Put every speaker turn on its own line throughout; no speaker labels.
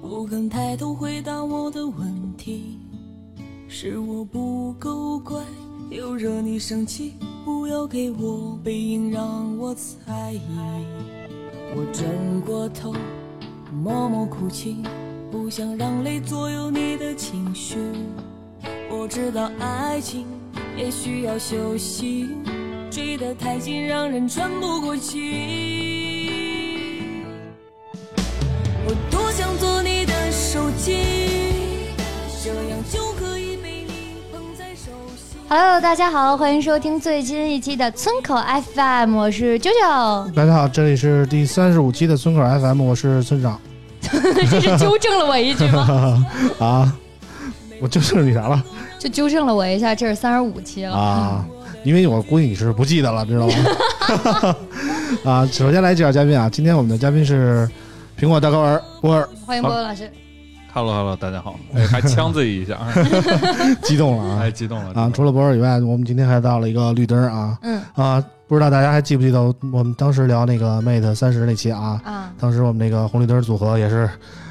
不肯抬头回答我的问题。是我不够乖，又惹你生气，不要给我背影，让我猜疑。我转过头，默默哭泣，不想让泪左右你的情绪。我知道爱情也需要休息，追得太紧让人喘不过气。我多想做你的手机，这样就可以被你捧在手心。
Hello，大家好，欢迎收听最新一期的村口 FM，我是啾啾，
大家好，这里是第三十五期的村口 FM，我是村长
这是纠正了我一句吗？
啊，我纠正你啥了
就纠正了我一下，这是三十五期了。
啊？因为我估计你是不记得了，知道吗？ 啊，首先来介绍嘉宾啊，今天我们的嘉宾是苹果大高儿波儿，
欢迎波波老师，
Hello Hello，大家好，哎，还呛自己 一下，
激动了啊
哎，！激动了
啊，除了波儿以外，我们今天还到了一个绿灯儿啊
嗯
啊！不知道大家还记不记得我们当时聊那个 Mate 三十那期啊？
啊，
当时我们那个红绿灯组合也是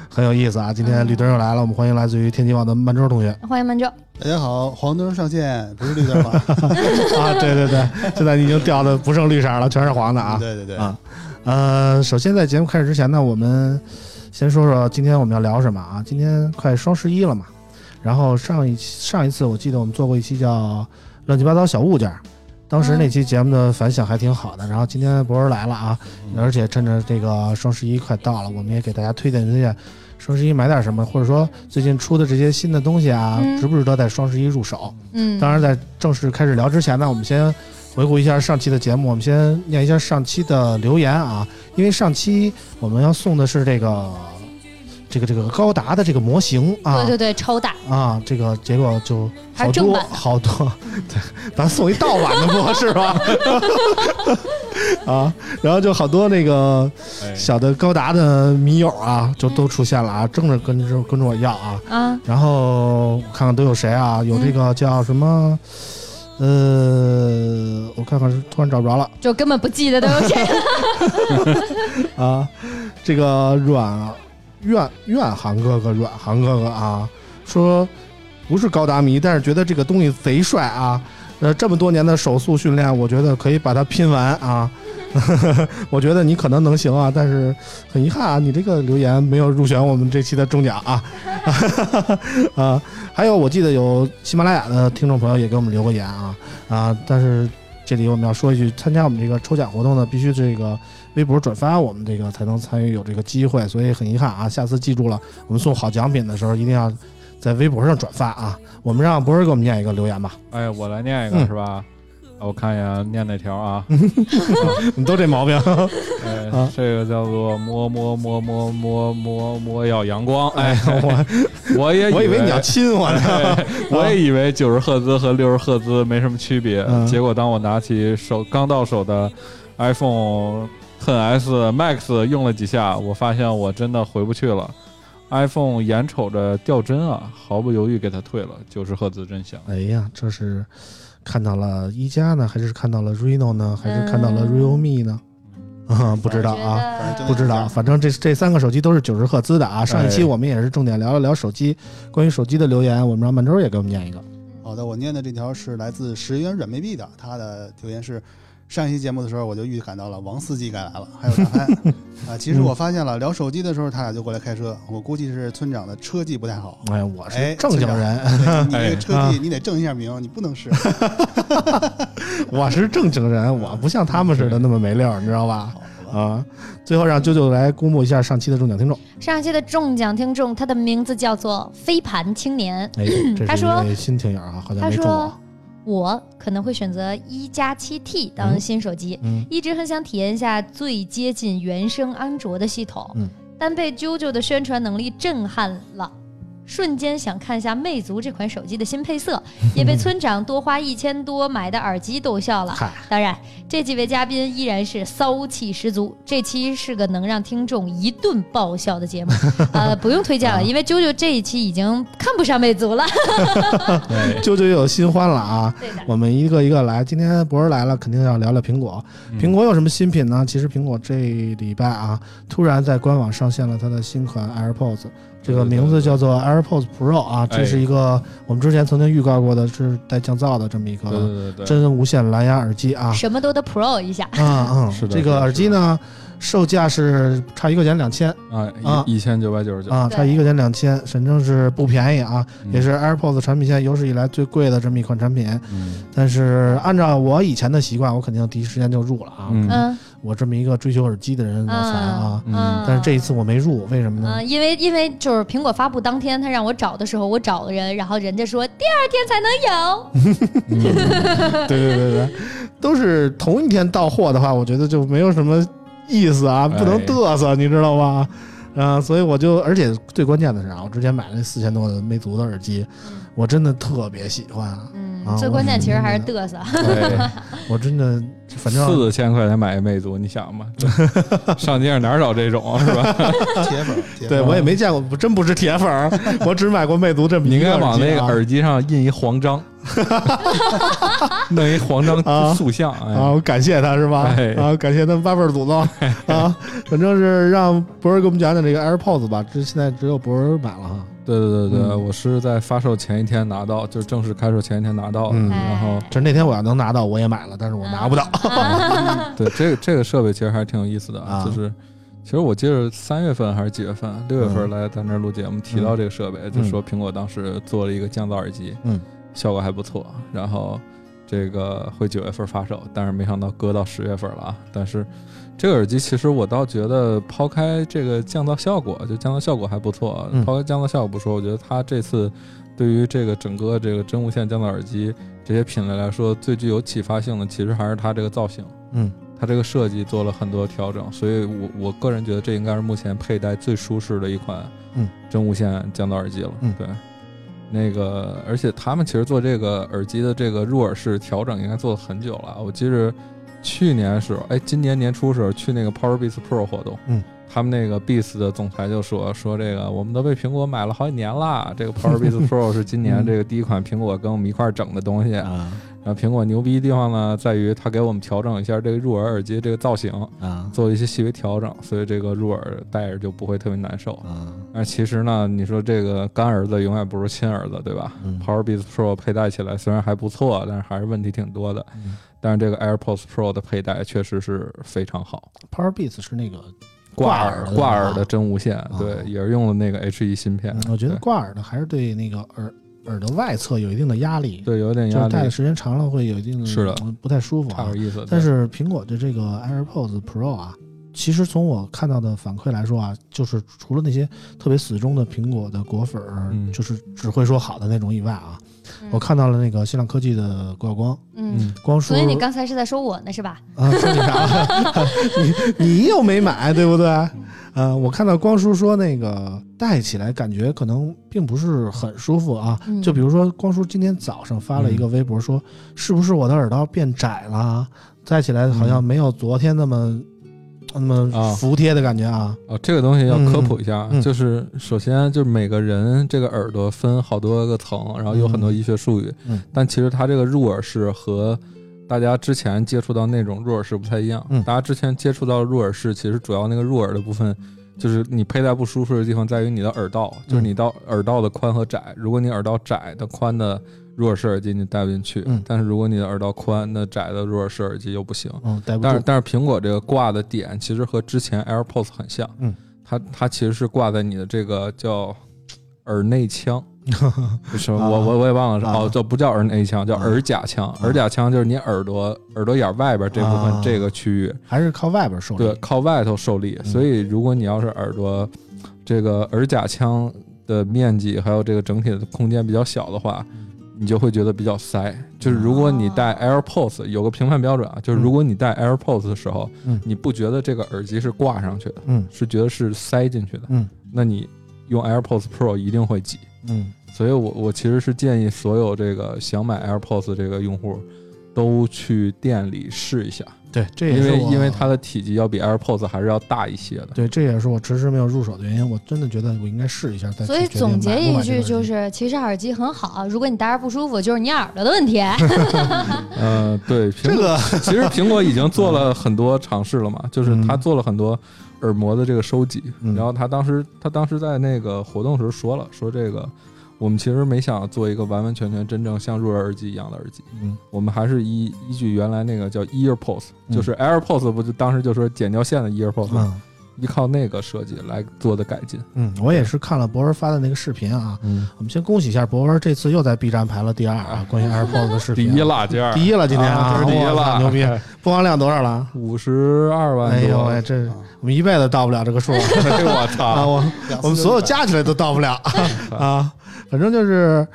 很有意思啊！今天绿灯又来了，我们欢迎来自于天津网的曼周同学
欢迎曼周，
大家好，黄灯上线不是绿灯了，
啊！对对对， 现在你已经掉的不剩绿色了，全是黄的 啊！
对对对，
啊呃，首先在节目开始之前呢，我们先说说今天我们要聊什么啊？今天快双十一了嘛，然后上一期上一次我记得我们做过一期叫“乱七八糟小物件儿”，当时那期节目的反响还挺好的。然后今天博儿来了啊，而且趁着这个双十一快到了，我们也给大家推荐推荐双十一买点什么，或者说最近出的这些新的东西啊，
嗯
值不值得在双十一入手？
嗯，
当然，在正式开始聊之前呢，我们先回顾一下上期的节目，我们先念一下上期的留言啊，因为上期我们要送的是这个这个这个高达的这个模型啊
对。对对，超大，
啊，这个结果就
还是
好
正
多
版的
好多，对，咱送一盗版的不合适 吧？啊，然后就好多那个
哎
小的高达的迷友啊，就都出现了啊，争着跟着跟着我要啊，
啊，
然后看看都有谁啊？有这个叫什么？呃，我看看，突然找不着了
就根本不记得都有谁，
啊。这个阮愿愿航哥哥，阮航哥哥啊，说不是高达迷，但是觉得这个东西贼帅啊。呃，这么多年的手速训练，我觉得可以把它拼完啊。 我觉得你可能能行啊，但是很遗憾啊，你这个留言没有入选我们这期的中奖啊。 啊，还有我记得有喜马拉雅的听众朋友也给我们留过言啊啊，但是这里我们要说一句，参加我们这个抽奖活动呢，必须这个微博转发我们这个才能参与有这个机会，所以很遗憾啊，下次记住了，我们送好奖品的时候一定要在微博上转发啊。我们让博儿给我们念一个留言吧，
哎，我来念一个、
嗯
是吧？啊我看一眼念哪条 啊？
你都这毛病
哎
啊
这个叫做摸摸摸摸摸摸摸要阳光。 哎，
我
我也
我以
以
为你要亲我呢。
哎 我也以为九十赫兹和六十赫兹没什么区别，
嗯
结果当我拿起手刚到手的 iPhone 10s Max 用了几下，我发现我真的回不去了。iPhone 眼瞅着掉帧啊，毫不犹豫给它退了。九十赫兹真 香，
哎呀，这是看到了一加呢，还是看到了 Reno 呢，还是看到了
嗯
Realme 呢？啊， 不知道啊。
反正
不知道，反正这这三个手机都是九十赫兹的啊。上一期我们也是重点聊了聊手机，关于手机的留言，我们让曼周也给我们念一个。
好的，我念的这条是来自十元软妹币的，他的留言是：上一期节目的时候我就预感到了王司机该来了，还有大潘 啊。其实我发现了，聊手机的时候他俩就过来开车，我估计是村长的车技不太 好。
哎，我是
哎
正经人，
对你这个车
哎
技你得正一下 名，你不能是。
啊我是正经人，我不像他们似的那么没溜儿，你知道吧？啊，最后让啾啾来公布一下上期的中奖听众。
上期的中奖听众，他的名字叫做飞盘青年，
哎，这
他
是
说
一位新听友啊，好像
他
没中
说
我。
我可能会选择一加七 T 当新手机，
嗯，
一直很想体验一下最接近原生安卓的系统，
嗯
但被啾啾的宣传能力震撼了。瞬间想看下魅族这款手机的新 配色，也被村长多花一千多买的耳机逗笑了。
嗨，
当然，这几位嘉宾依然是骚气十足。这期是个能让听众一顿爆笑 的节目，呃，不用推荐
啊
了，因为啾啾这一期已经看不上魅族了。
舅舅又有新欢了啊！
对的，
我们一个一个来，今天博士来了，肯定要聊聊苹果。
嗯
嗯
苹果有什么新品呢？其实苹果这礼拜啊，突然在官网上线了它的新款 AirPods，这个名字叫做 AirPods Pro 啊，
哎
这是一个我们之前曾经预告过的，是带降噪的这么一
对
个
对对对，
真无线蓝牙耳机啊。
什么都得 Pro 一下。
啊嗯，
是的
这
是
个
的
耳机呢，售价是差一块钱两千啊
啊，一千九百九十九，
啊，
对
差一块钱两千，反正是不便宜啊，
嗯
也是 AirPods 产品线有史以来最贵的这么一款产品。
嗯
但是按照我以前的习惯，我肯定第一时间就入了啊。
嗯，
嗯
我这么一个追求耳机的人，
嗯
老樊啊，
嗯啊
但是这一次我没入，为什么呢？
嗯，因为因为就是苹果发布当天，他让我找的时候，我找了人，然后人家说第二天才能有。
对 对对对，都是同一天到货的话，我觉得就没有什么意思啊，不能
哎
嘚瑟，你知道吗？啊、所以我就，而且最关键的是啊，我之前买了那四千多的魅族的耳机，
嗯
我真的特别喜欢啊，啊
嗯，最关键其实还是嘚瑟。
对，
我真的反正
四千块钱买一魅族，你想吧，这上街上哪儿找这
啊
种是吧？
铁粉儿，铁粉
对
儿。
我也没见过，我真不是铁粉 儿，我只买过魅族这么
你
一
应该
个耳
往
机、啊。
那个耳机上印一 黄章，弄一黄
啊
章塑像，
啊，
哎，
我感谢他是吧？
哎
啊，感谢他们八辈儿 祖宗啊，反正是让博儿给我们讲讲这个 AirPods 吧，这现在只有博儿买了哈。
对对对对，
嗯
我是在发售前一天拿到，就是正式开售前一天拿到的，
嗯
哎
然后
就是那天我要能拿到，我也买了，但是
嗯
我拿不到。
啊
对这个这个设备其实还挺有意思的
啊
就是其实我记得三月份还是几月份，六月
嗯
份来咱这儿录节目提到这个设备，就说苹果当时做了一个降噪耳机，
嗯，
效果还不错，然后这个会九月份发售，但是没想到搁到十月份了啊。但是这个耳机其实我倒觉得抛开这个降噪效果，就降噪效果还不错啊
嗯，
抛开降噪效果不说，我觉得它这次对于这个整个这个真无线降噪耳机这些品类来说，最具有启发性的其实还是它这个造型。
嗯，
它这个设计做了很多调整，所以我我个人觉得这应该是目前佩戴最舒适的一款
嗯
真无线降噪耳机了。
嗯
对，那个而且他们其实做这个耳机的这个入耳式调整应该做了很久了，我记着去年时候，哎，今年年初时候去那个 Power Beats Pro 活动，
嗯。
他们那个 Beats 的总裁就说说这个，我们都被苹果买了好几年啦。这个 Power Beats Pro 是今年
嗯
这个第一款苹果跟我们一块儿整的东 西。
啊
然后苹果牛逼的地方呢，在于它给我们调整一下这个入耳耳机这个造型，
啊
做一些细微调整，所以这个入耳戴着就不会特别难受。
啊！
但是其实呢，你说这个干儿子永远不如亲儿子，对吧、
嗯
p o w e r Beats Pro 佩戴起来虽然还不错，但是还是问题挺多的。
嗯
但是这个 AirPods Pro 的佩戴确实是非常好，
Power Beats 是那个，挂
挂
耳的啊
挂耳的真无线，对，也是用的那个 H1 芯片
嗯。我觉得
对
挂耳的还是对那个耳耳朵外侧有一定的压力，
对有点
就
压
是戴的
力，
时间长了会有一定
是的
嗯不太舒服
差
啊
点。意思。
但
对
是苹果的这个 AirPods Pro 啊，其实从我看到的反馈来说啊，就是除了那些特别死忠的苹果的果粉儿，
嗯
就是只会说好的那种以外啊，
嗯
我看到了那个新浪科技的郭晓光，
嗯，
嗯，
光叔，
所以你刚才是在说我呢是吧？
啊，说你啥？ 你你又没买，对不对？呃，我看到光叔说那个戴起来感觉可能并不是很舒服啊。
嗯
就比如说，光叔今天早上发了一个
嗯
微博说，是不是我的耳道变窄了啊？戴起来好像没有昨天那么、那么
嗯啊
服帖的感觉啊。
哦，这个东西要科普一下，啊
嗯嗯嗯
就是首先就是每个人这个耳朵分好多个层，然后有很多医学术语，
嗯嗯
但其实它这个入耳式和大家之前接触到那种入耳式不太一样。
嗯
大家之前接触到入耳式，其实主要那个入耳的部分，就是你佩戴不舒适的地方在于你的耳道，
嗯
就是你到耳道的宽和窄。如果你耳道窄的宽的入耳式耳机你戴不进去，
嗯
但是如果你的耳道宽，那窄的入耳式耳机又不行。
嗯，戴不
但是
住。
但是苹果这个挂的点其实和之前 AirPods 很像，
嗯，
它它其实是挂在你的这个叫耳内 腔，是我
啊
我我也忘了是、
啊
哦，这不叫耳内腔，叫耳甲腔，耳甲腔就是你耳朵耳朵眼外边这部分、
啊
这个区域，
还是靠外边受力。
对，靠外头受力，
嗯
所以如果你要是耳朵这个耳甲腔的面积还有这个整体的空间比较小的话。
嗯
你就会觉得比较塞，就是如果
啊
你戴 AirPods 有个评判标准啊，就是如果你戴 AirPods 的时候，
嗯
你不觉得这个耳机是挂上去的，
嗯
是觉得是塞进去的，
嗯
那你用 AirPods Pro 一定会挤。
嗯
所以我我其实是建议所有这个想买 AirPods 这个用户，都去店里试一下，
对，这也
因
是
为
我
因为它的体积要比 AirPods 还是要大一些的。
对，这也是我迟迟没有入手的原因。我真的觉得我应该试一下再去
所以
决定
总结
买不
一
买这个耳
句
机
就是，其实耳机很好，啊如果你戴着不舒服，就是你耳朵的 问题。
嗯，对，
这
苹果
个
其实苹果已经做了很多尝试 了嘛，就是它做了很多耳膜的这个收集，
嗯
然后它当时它当时在那个活动时候说了，说这个我们其实没想做一个完完全全真正像入耳耳机一样的耳机，
嗯
我们还是依依据原来那个叫 EarPods，
嗯
就是 AirPods 不就当时就说剪掉线的 EarPods，、
嗯
依靠那个设计来做的改进。
嗯，我也是看了博文发的那个视频啊。
嗯，
我们先恭喜一下博文，这次又在 B 站排了第二啊，关于 AirPods 的视
第
频啊
一辣尖儿，
第一了，今天
啊这是第一
哇
了，
牛 逼！播放量多少了？
五十二万
哎
多，
呦喂，这
啊
我们一辈子到不了这个数
哎我操！
啊！我
两次
我们所有
就一百
加起来都到不 了啊！反正就是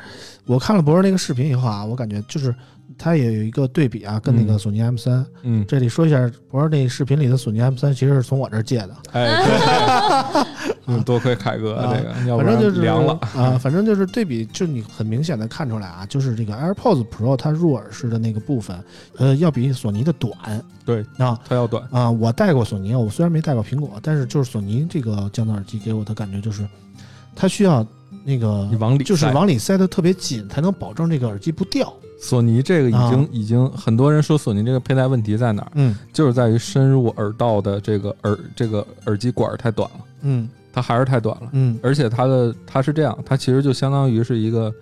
我看了博文那个视频以后啊，我感觉就是它也有一个对比啊，跟那个
嗯
索尼 M 三。
嗯，
这里说一下，博文那视频里的索尼 M 三其实是从我这儿借的，
哎，对， 嗯，多亏凯哥这个，要不
啊反
然
正就是
凉了。
啊，反正就是对比，就你很明显的看出来啊，就是这个 AirPods Pro 它入耳式的那个部分，呃，要比索尼的短。
对
啊
它要短，
啊，我戴过索尼，我虽然没戴过苹果，但是就是索尼这个降噪耳机给我的感觉就是，它需要那个
你往里
嗯就是
塞
往里塞的特别紧，才能保证这个耳机不掉。
索尼这个已
啊
经已经很多人说索尼这个佩戴问题在哪儿，
嗯
就是在于深入耳道的这个耳这个耳机管儿太短了，
嗯
它还是太短了。
嗯
而且它的它是这样，它其实就相当于是一个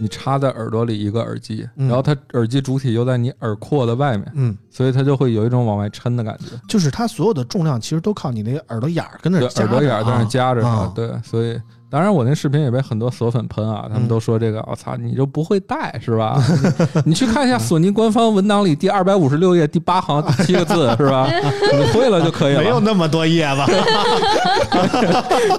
你插在耳朵里一个耳机，
嗯
然后它耳机主体又在你耳廓的外面，
嗯，
所以它就会有一种往外抻的感觉。
就是它所有的重量其实都靠你那个耳朵眼儿跟那儿
对，
夹
耳朵眼儿
着
在那
啊
夹着它
啊，
对，所以当然我那视频也被很多索粉喷啊，他们
嗯
都说这个，我操，你就不会带是吧？ 你你去看
嗯
一下索尼官方文档里第二百五十六页第八行第七个字是吧？你会了就可以
没有
了。
那么多叶子。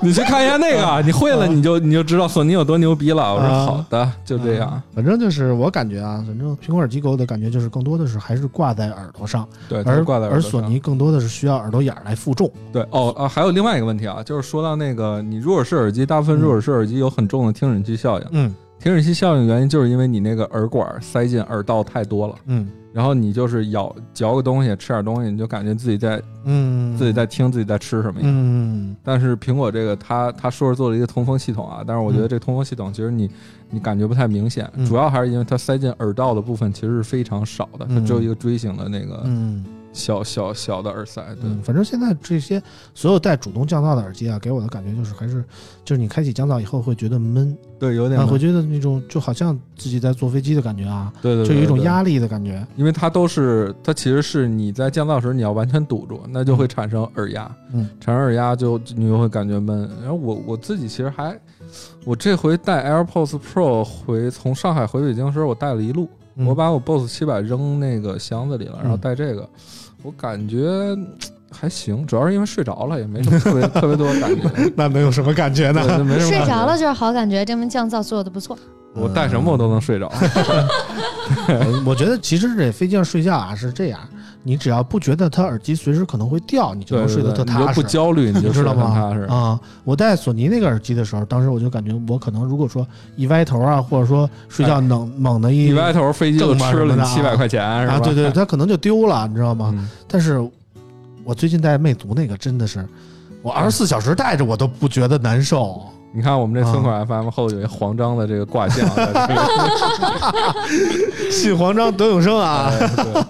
你去看一下那个，啊你会了
嗯
你就你就知道索尼有多牛逼了。我说
啊
好的，就这样。
嗯反正就是我感觉啊，反正苹果耳机给我的感觉就是更多的是还是挂在耳朵上，
对，它
而
是挂在耳
而
朵
索
上
尼更多的是需要耳朵眼儿来负重。
对哦啊，还有另外一个问题啊，就是说到那个你入耳式耳机，大部分入耳式耳机有很重的听诊器效应，
嗯
听诊器效应原因就是因为你那个耳管塞进耳道太多了。
嗯
然后你就是咬嚼个东西，吃点东西，你就感觉自己在
嗯，
自己在听自己在吃什么一样。
嗯
但是苹果这个，它它说是做了一个通风系统啊，但是我觉得
嗯
这通风系统其实你你感觉不太明显，
嗯
主要还是因为它塞进耳道的部分其实是非常少的，它
嗯
只有一个锥形的那个
嗯。
小小小的耳塞。对，
嗯，反正现在这些所有带主动降噪的耳机啊，给我的感觉就是还是就是你开启降噪以后会觉得闷，
对，有点
啊，
闷
会觉得那种就好像自己在坐飞机的感觉啊，
对对，
就有一种
对。对
压力的感觉。
因为它都是，它其实是你在降噪时你要完全堵住，那就会
嗯
产生耳压，
嗯，
产生耳压就就你就会感觉闷。然后我我自己其实还，我这回带 AirPods Pro 回从上海回北京的时候，我带了一路，
嗯
我把我 Boss 七百扔那个箱子里了，然后
嗯
带这个，我感觉嗯还行，主要是因为睡着了，也没什 么特别特别多的感觉，
嗯那能有什么感觉呢？
对就没什么
睡
感觉
着了，就是好感觉，证明降噪做的不错。
我带什么我都能睡着。
嗯我我觉得其实这飞机上睡觉啊是这样，你只要不觉得它耳机随时可能会掉，你就
对
能睡得
对
特
对，你
踏
就
实
不。焦虑，你
你
就
知
睡
道
得很
吗
踏实。
啊、我戴索尼那个耳机的时候，当时我就感觉我可能如果说一歪头啊，或者说睡觉能猛的一
你哎歪头飞机就
正嘛
吃
什么
了你
的
七百
啊
块钱是吧？
啊，对对， 它可能就丢了，你知道吗？
嗯
但是我最近戴魅族那个真的是，我二十四小时戴着我都不觉得难 受。
你看我们这村
啊
口 FM 后有一黄章的这个 卦象，
信黄章德永生 啊，
哎对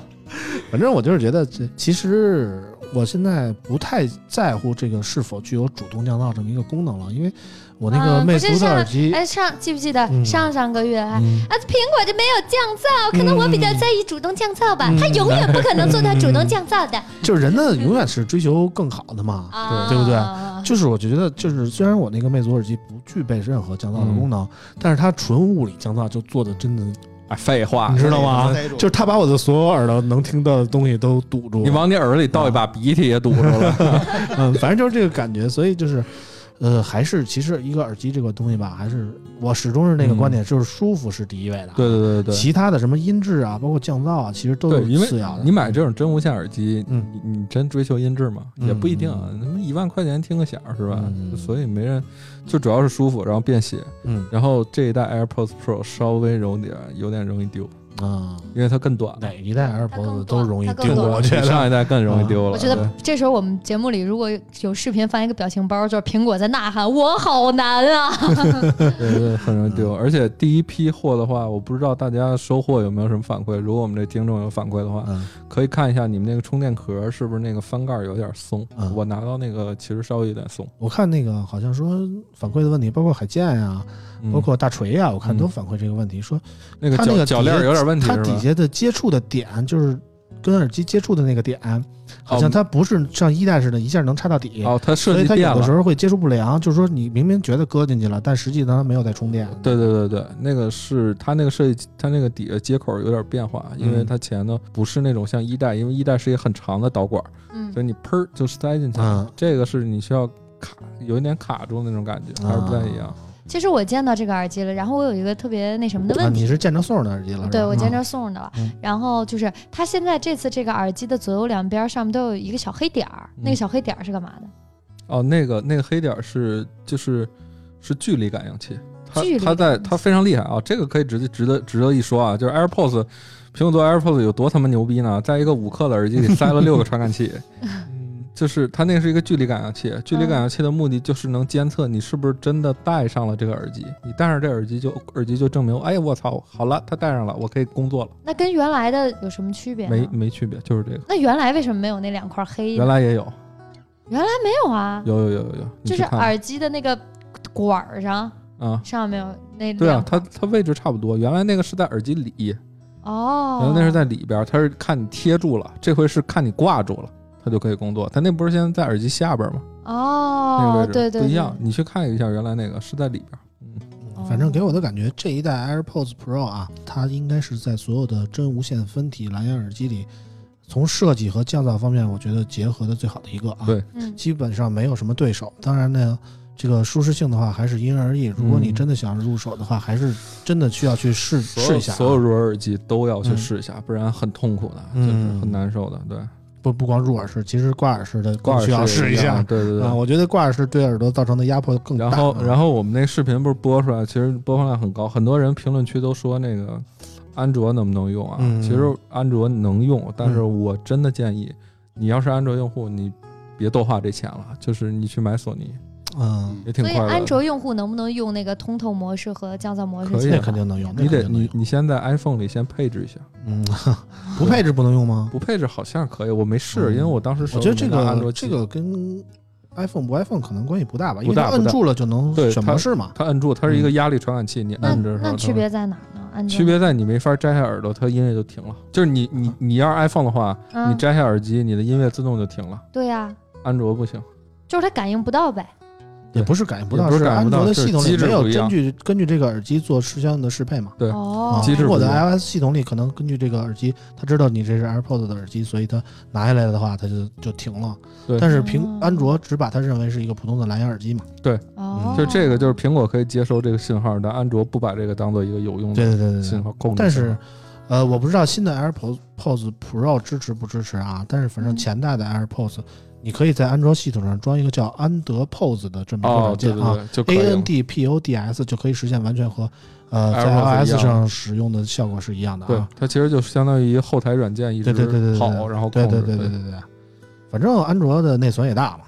反正我就是觉得这，其实我现在不太在乎这个是否具有主动降噪这么一个功能了，因为我那个
嗯
魅
不是
族的
上
耳机，
哎，上记不记得、
嗯
上上个月还、
嗯
啊，苹果就没有降噪，可能我比
嗯
较在意主动降噪吧，它永远不可能做到主动降噪的、
就是人呢永远是追求更好的嘛。
啊，
对不对就是我觉得，就是虽然我那个魅族耳机不具备任何降噪的功
嗯
能，但是它纯物理降噪就做的真的，
哎废话，
你知道
能
吗？
塞住
就是它把我的所有耳朵能听到的东西都堵住了。啊
你往你耳朵里倒一把鼻涕也堵住了。
嗯，反正就是这个感觉，所以就是，呃，还是其实一个耳机这个东西吧，还是我始终是那个观点，就是舒服是第一位的。
对对对对
其他的什么音质啊，包括降噪啊，其实都
对，因
是
为
次要的。
你买这种真无线耳机，
嗯
你你真追求音质吗？
嗯
也不一定啊，他妈一万块钱听个响儿是吧
嗯？
所以没人，就主要是舒服，然后便携，
嗯
然后这一代 AirPods Pro 稍微容易点有点容易丢，
啊，
因为它更短，
哪一代
它更
AirPods
短
都容易
它更
丢，
短
我 觉
比上
得。啊
一代更容易丢了。
我觉得
对
呃
这时候我们节目里如果有视频放一个表情包，就是苹果在呐喊“我好难啊
对对，很容易
嗯
丢。而且第一批货的话，我不知道大家收货有没有什么反馈。如果我们这听众有反馈的话，
嗯
可以看一下你们那个充电壳是不是那个翻盖有点松。
嗯
我拿到那个其实稍微有点松，
我看那个好像说反馈的问题，包括海剑呀、
嗯
包括大锤呀、我看都
嗯
反馈这个问题，说
那个
它
脚
那个
脚链
底下
有点问题
它
是
底
吧？
下的接触的点就是跟耳机接触的那个点，好像
哦
它不是像一代似的，一下能插到底。
哦，它设
所以
计
它
变
有的
了
时。候会接触不良，就是说你明明觉得搁进去了，但实际呢它没有在充电。
对对对对，那个是它那个设计，它那个底下接口有点变化，因为
嗯
它前头不是那种像一代，因为一代是一个很长的导管，”。
嗯
所，以你喷儿就塞进去了。
嗯
这个是你需要卡，有一点卡住那种感觉，还是不太一样。
其实我见到这个耳机了，然后我有一个特别那什么的
啊，
问题。
你是见着送的耳机了？是吧
对，我见
嗯
着送的了。
嗯
然后就是它现在这次这个耳机的左右两边上面都有一个小黑点儿，
嗯
那个小黑点儿是干嘛的？
哦，那个那个黑点儿是就是是距离感应器，它
距离
它
感
在
应器
它非常厉害啊，这个可以值得值得值得一说啊，就是 AirPods，苹果做 AirPods 有多他妈牛逼呢？在一个五克的耳机里塞了六个传感 器，嗯，就是它那是一个距离感应
嗯
器，距离感应器的目的就是能监测你是不是真的戴上了这个耳机，你戴上这耳机就耳机就证明，哎我操，好了，它戴上了，我可以工作了，
那跟原来的有什么区别呢？
没没区别，就是这个，
那原来为什么没有那两块黑呢？
原来也有，
没有啊，
有有有有有，你
就
去
是
看
耳机的那个管儿上
啊。
上面有那
对啊
两，
它
块
它位置差不多，原来那个是在耳机里，
哦，
然后那是在里边儿，它是看你贴住了，这回是看你挂住了，它就可以工作。它那不是现在在耳机下边儿吗？那个位
哦
置，
对对
不一样。，你去看一下，原来那个是在里边儿。嗯，
哦
反正给我的感觉，这一代 AirPods Pro 啊，它应该是在所有的真无线分体蓝牙耳机里，从设计和降噪方面，我觉得结合的最好的一个啊。
对
嗯
基本上没有什么对手。当然呢，这个舒适性的话还是因人而异。如果你真的想入手的话，还是真的需要去试
嗯所有
试一下啊。
所有入耳耳机都要去
嗯
试一下，不然很痛苦的，
嗯
就是很难受的。对，
不不光入耳式，其实挂耳式的更
挂耳
需要
式
试
也一
下
样。对对对。
啊。我觉得挂耳式对耳朵造成的压迫更大。啊
然后，
后
然后我们那视频不是播出来，其实播放量很高，很多人评论区都说那个安卓能不能用啊？
嗯
其实安卓能用，但是
嗯
我真的建议，你要是安卓用户，你别多花这钱了，就是你去买索尼
嗯，
也挺快
所以
乐的。
安卓用户能不能用那个通透模式和降噪模式
可以
去
啊
玩？
那肯定能用，那
你得
肯定能
你
用
你先在 iPhone 里先配置一下，
嗯， 不配置不能用吗？
不配置好像可以，我没试，
嗯
因为我当时手
我
里
觉得这
没拿安卓
个
机
这个跟 iPhone 不 iPhone 可能关系不大吧，因
不
为
大
它
不大
摁住了就能
对
选
它
模式嘛。
它摁住，它
嗯
是一个压力传感器，你
那
摁着的时候
那
它
区别在哪儿呢？安卓
区别在你没法摘下耳朵，它音乐就停了。就是你你你要是 iPhone 的话，
嗯
你摘下耳机，你的音乐自动就停了。
对呀，
安卓不行，
就是它感应不到呗。
也不是感应不
也
到，
不是感应
安
不到
卓的
是
系统
机
里
制
没有
不一
根
样
据根据这个耳机做适相应的适配嘛。啊
对
哦，
机制
苹
不
果
一
的
样
iOS 系统里可能根据这个耳机，它知道你这是 AirPods 的耳机，所以它拿下来的话，它就就停了
对。
但是苹
哦
安卓只把它认为是一个普通的蓝牙耳机嘛。
哦，
就这个就是苹果可以接收这个信号，但安卓不把这个当做一个有用
对
的
对对对
信
对。
号控制。
但是，呃，我不知道新的 AirPods Pro 支持不支持啊？但是反正
嗯
前代的 AirPods，你可以在安卓系统上装一个叫安德 POS 的这么一个
哦
软，
对
件
对
啊。
对，就可以
A N
了。
D P O D S 就可以实现完全和呃
AirPods
在
一样
iOS 上使用的效果是一样的
对
啊。，
它其实就相当于后台软件一直
对对对对对
跑，然后控
对
制。啊
对对对对对，反正安卓的内存也大嘛，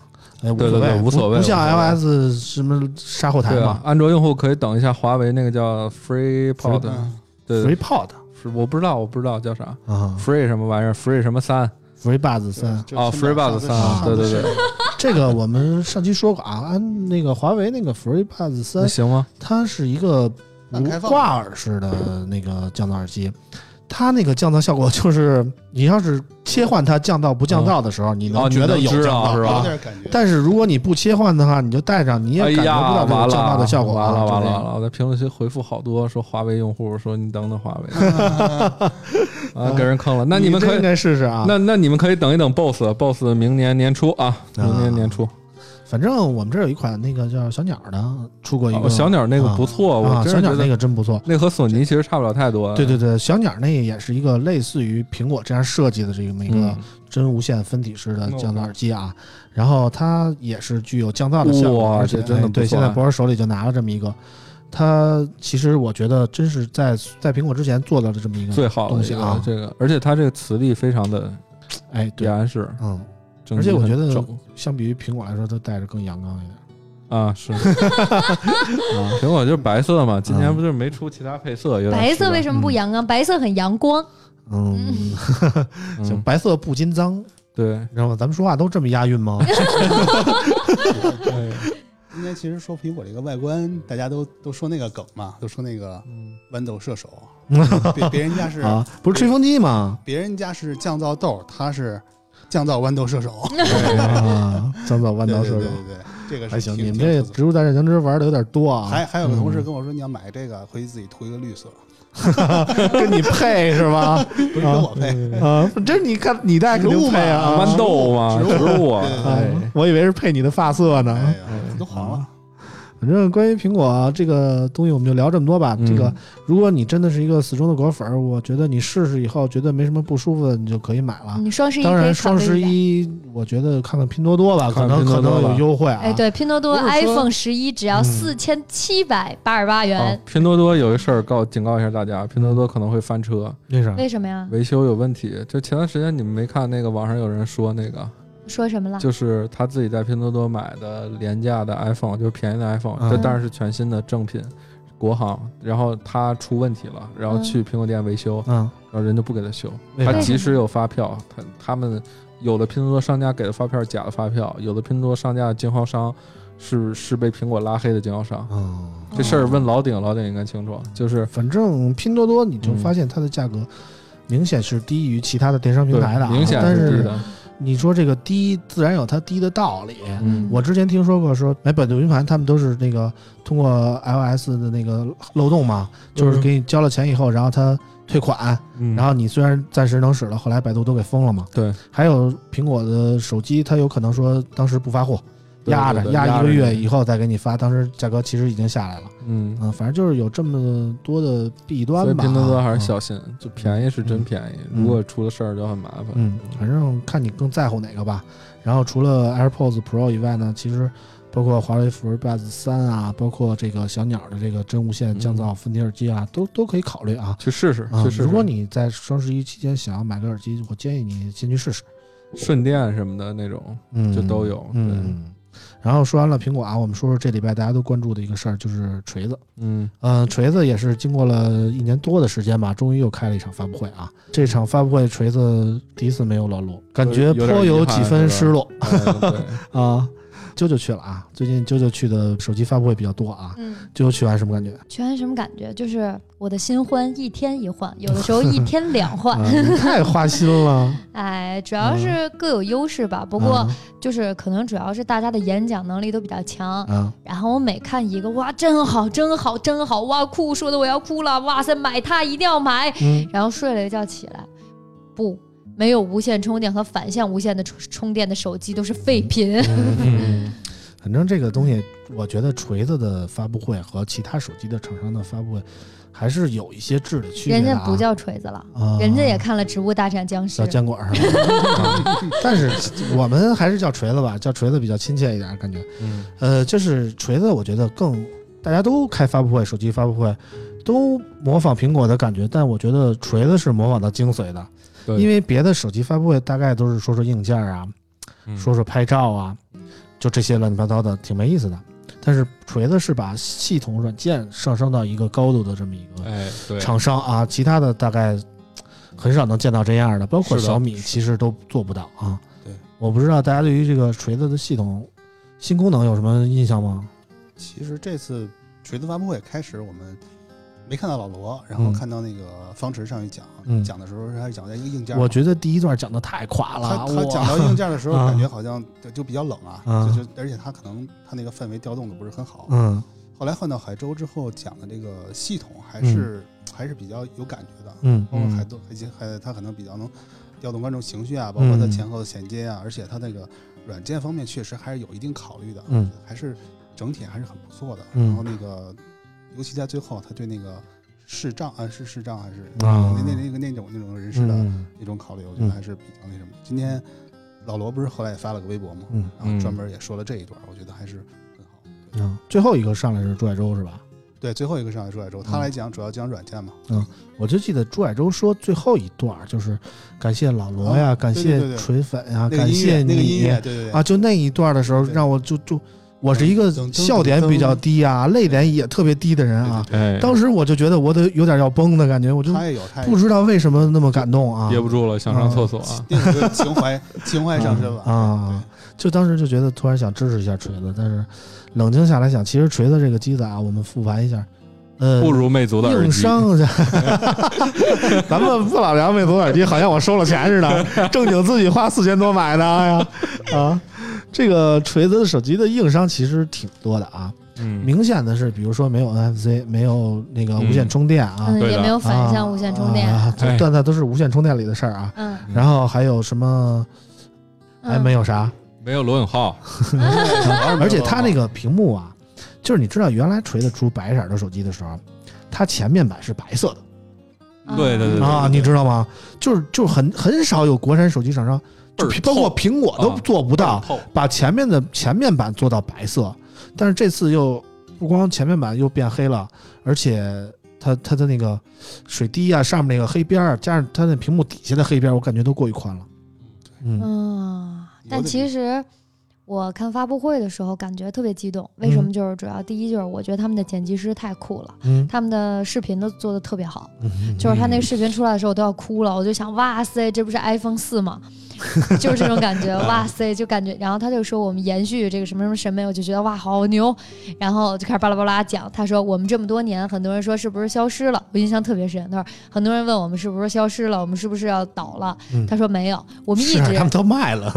哎无
对
所
对对
谓，
无所谓
不不像
无所谓
iOS 什么杀后台
对啊
嘛，
安卓用户可以等一下华为那个叫 FreePod，
嗯
对对，
，FreePod
是我不知道，我不知道叫啥
啊
，Free 什么玩意儿，Free 什么三，
，FreeBuds
嗯
三，
哦，FreeBuds 三
啊
对对对，
这个我们上期说过啊，安那个华为那个 FreeBuds
那
三，
行吗？
它是一个不
半开放
挂耳式的那个降噪耳机。它那个降噪效果就是，你要是切换它降噪不降噪的时候，你能
哦你
觉得
能
有降
知道
噪
是吧
啊有点感觉。
但是如果你不切换的话，你就戴上，你也
哎
感觉
呀，
不到
完
这个降
了，
噪的效果、啊
完了完了
就这
完
样
了！我在评论区回复好多说华为用户说你等等华 为，啊，给人坑了。那
嗯你
们
真
可
应
以，
该试试啊。啊
那那你们可以等一等 BOSS，BOSS 明年年初啊，明年年初
反正我们这儿有一款那个叫小鸟的，出过一个、
哦小鸟那个不错，
啊，
我真
小鸟
是觉
那
得嗯
个真不错。
那和索尼其实差不了太多。啊
对对对，小鸟那也是一个类似于苹果这样设计的这么一个
嗯，
真无线分体式的降噪耳机啊，然后它也是具有降噪的效果，
哇
而且
这真的
哎
不
对，
错
现
啊
在博尔手里就拿了这么一个，它其实我觉得真是在在苹果之前做到的这么一个
最好的
东
一
西
个
啊
这个，而且它这个磁力非常的
哎对，
严实，
嗯，
整
而且
体
我
很
觉得
整
相比于苹果来说，它戴着更阳刚一点。
啊是
啊，
苹果就是白色嘛，今年不就是没出其他配色？有点
白色为
什
什么不阳刚？白色很阳光，
嗯，
么
行，白色不禁脏，
嗯对，
你知道吗？咱们说话都这么押韵吗？
今年其实说苹果这个外观，大家都都说那个梗嘛，都说那个
嗯
豌豆射手， 别别人家是
啊，不是吹风机吗？
别人家是降噪豆，他是降噪豌豆射 手，
啊，张枣弯刀射手
对，对对对，这个是
还哎行，
挺
你们
挺
这
有特色的
植入大战僵尸玩的有点多啊，
还还有个同事跟我说，你要买这个回去自己涂一个绿色，
跟你配是吧？
不是跟我配。
啊，这你看你戴肯定配啊，
豌豆嘛，
植物
植物啊，
啊
对
哎，
我以为是配你的发色呢。
哎呀，都黄
啊
了。
反正关于苹果、这个东西，我们就聊这么多吧。
嗯
这个，如果你真的是一个死忠的果粉儿，我觉得你试试以后觉得没什么不舒服的，你就可以买了。
你双十一
当
嗯可以
然，
考
双
虑
十
一下。
一我觉得看看拼多多吧，可
看
能
拼
可
多多
能有
吧
优惠啊。
哎，对，拼多多
不是说
iPhone 十一只要
嗯
四千七百八十八元
哦，拼多多有一事儿告警告一下大家，拼多多可能会翻车，
为啥？
为什么呀？
维修有问题。就前段时间你们没看那个网上有人说那个，
说什么了？
就是他自己在拼多多买的廉价的 iPhone，就是便宜的 iPhone，
啊
嗯
这当然是全新的正品，国行。然后他出问题了，然后去苹果店维修，
嗯，
然后人就不给他修。
为
他
啥？
即使有发票，他他们有的拼多多商家给的发票是假的发票，有的拼多多商家的经销商是是被苹果拉黑的经销商。
嗯，
这
哦
事儿问老顶，老顶应该清楚。就是
反正拼多多你就发现它的价格明显是低于其他的电商平
嗯对
台的啊，
明显
但
是
是
低的。
你说这个低，自然有它低的道理。
嗯
我之前听说过说买百度云盘，他们都是那个通过 iOS 的那个漏洞嘛，就是给你交了钱以后，然后他退款，
嗯
然后你虽然暂时能使了，后来百度都给封了嘛。
对，
还有苹果的手机，它有可能说当时不发货，
对
压着
对对
压一
压
个
着
月
你
以后再给你发，当时价格其实已经下来了。
嗯，
嗯，反正就是有这么多的弊端
所以
吧。
拼多多还是
嗯
小心，就便宜是真便宜，
嗯
如果出了事儿就很麻烦。
嗯，反正看你更在乎哪个吧。然后除了 AirPods Pro 以外呢，其实包括华为 FreeBuds 三啊，包括这个小鸟的这个真无线降噪分体耳机啊，都都可以考虑啊。
去试试，
啊
去试，试。
如果你在双十一期间想要买个耳机，我建议你先去试试，
顺电什么的那种，
嗯，
就都有
嗯。然后说完了苹果啊，我们说说这礼拜大家都关注的一个事儿，就是锤子。
嗯，
嗯，锤子也是经过了一年多的时间吧，终于又开了一场发布会啊。这场发布会，锤子第一次没有老陆，感觉
有点
颇
遗
有
憾
几分
是吧
失落。
哎 对，
啊，啾啾去了啊！最近啾啾去的手机发布会比较多啊。
嗯，
啾啾去完什么感觉？
全是什么感觉？就是我的新欢一天一换，有的时候一 天两换。
啊你太嗯花心了。
哎，主要是各有优势吧。 不过
啊
就是可能主要是大家的演讲能力都比较强。
啊，
然后我每看一个，哇，真好，真好，真好，哇酷，说的我要哭了，哇塞，买它一定要买。
嗯，
然后睡了一觉起来，不，没有无线充电和反向无线的充充电的手机都是废品。
嗯 反正这个东西，我觉得锤子的发布会和其他手机的厂商的发布会还是有一些质的区别
人
的、啊。
家不叫锤子了，
啊，
人家也看了《植物大战僵尸
叫》。坚果儿是吧？
嗯
啊 但是我们还是叫锤子吧，叫锤子比较亲切一点，感觉。
嗯，
呃，就是锤子，我觉得更大家都开发布会，手机发布会都模仿苹果的感觉，但我觉得锤子是模仿到精髓的，
对
因为别的手机发布会大概都是说说硬件啊，
嗯
说说拍照啊，就这些乱七八糟的，挺没意思的。但是锤子是把系统软件上升到一个高度的这么一个
哎，对，
厂商啊，其他的大概很少能见到这样的，包括
是的
小米其实都做不到啊。
对，
我不知道大家对于这个锤子的系统新功能有什么印象吗？
其实这次锤子发布会开始，我们没看到老罗，然后看到那个方池上去讲，
嗯
讲的时候他是讲在一个硬件嘛，
我觉得第一段讲的太垮了，
他他
我
讲到硬件的时候，
啊
感觉好像就就比较冷啊，
啊
就就而且他可能他那个氛围调动的不是很好。
嗯
后来换到海州之后讲的这个系统还是、还是比较有感觉的，
嗯
包括海
嗯嗯
东还还他可能比较能调动观众情绪啊，包括他前后的衔接啊，而且他那个软件方面确实还是有一定考虑的，
嗯，
还是整体还是很不错的。
嗯
然后那个，尤其在最后，他对那个视障啊，是视障还是、
啊
那那那个那种那种人士的、
嗯
那种考虑，我觉得还是比较那什么。今天老罗不是后来也发了个微博嘛，
嗯
然后专门也说了这一段，我觉得还是很好。对
啊，最后一个上来是朱海洲是吧？
对，最后一个上来出来之后，他
嗯
来讲主要讲软件嘛，
我就记得朱海洲说最后一段儿就是感谢老罗呀，
啊
感
对对对
谢
对
锤粉呀，
那个
啊感
音乐，
谢
那个音
你
乐，对对对
啊，，就那一段的时候
对
让我就就我是一个
噔噔
笑点比较低啊，泪点也特别低的人
对
啊，
对
哎，
当时我就觉得我得有点要崩的感觉，我就
对他也有，他也
不
有
知道为什么那么感动啊
憋不住了，想上厕所啊。
那种就是情怀情怀上身了
啊！就当时就觉得突然想支持一下锤子，但是冷静下来想，其实锤子这个机子啊，我们复盘一下，呃，
不如魅族的耳
硬
机，
伤去。 咱们不老聊魅族耳机，好像我收了钱似的，正经自己花四千多买的。哎呀，啊，这个锤子的手机的硬伤其实挺多的啊。
嗯，
明显的是，比如说没有 NFC，没有那个无线充电啊，
嗯，
对
也
的
没有反向无线充电，
啊啊
哎
但那都是无线充电里的事儿啊。
嗯，
嗯
然后还有什么？哎，
嗯
没有啥。
没有罗永浩，
对
而且它那个屏幕啊，就是你知道原来锤子出白色儿的手机的时候，它前面板是白色的。
嗯
对对对对
啊，你知道吗？就是就是很很少有国产手机厂商，就
倍儿
包括
透
苹果都
啊
做不到、
透
把前面的前面板做到白色，但是这次又不光前面板又变黑了，而且它它的那个水滴啊，上面那个黑边儿，加上它那屏幕底下的黑边儿，我感觉都过于宽了。嗯
嗯，
有
但
点
其
意
实我看发布会的时候感觉特别激动，为什
嗯
么？就是主要第一就是我觉得他们的剪辑师太酷了，
嗯
他们的视频都做的特别好，
嗯，
就是他那
嗯
视频出来的时候我都要哭了，我就想哇塞，这不是 iPhone 四吗？就是这种 感觉，哇塞，就感觉。然后他就说我们延续这个什么什么审美，我就觉得哇好牛，然后就开始巴拉巴拉讲。他说我们这么多年，很多人说是不是消失了？我印象特别深。他说很多人问我们是不是消失了，我们是不是要倒了？
嗯
他说没有，我们一
是
直
啊他们都卖了，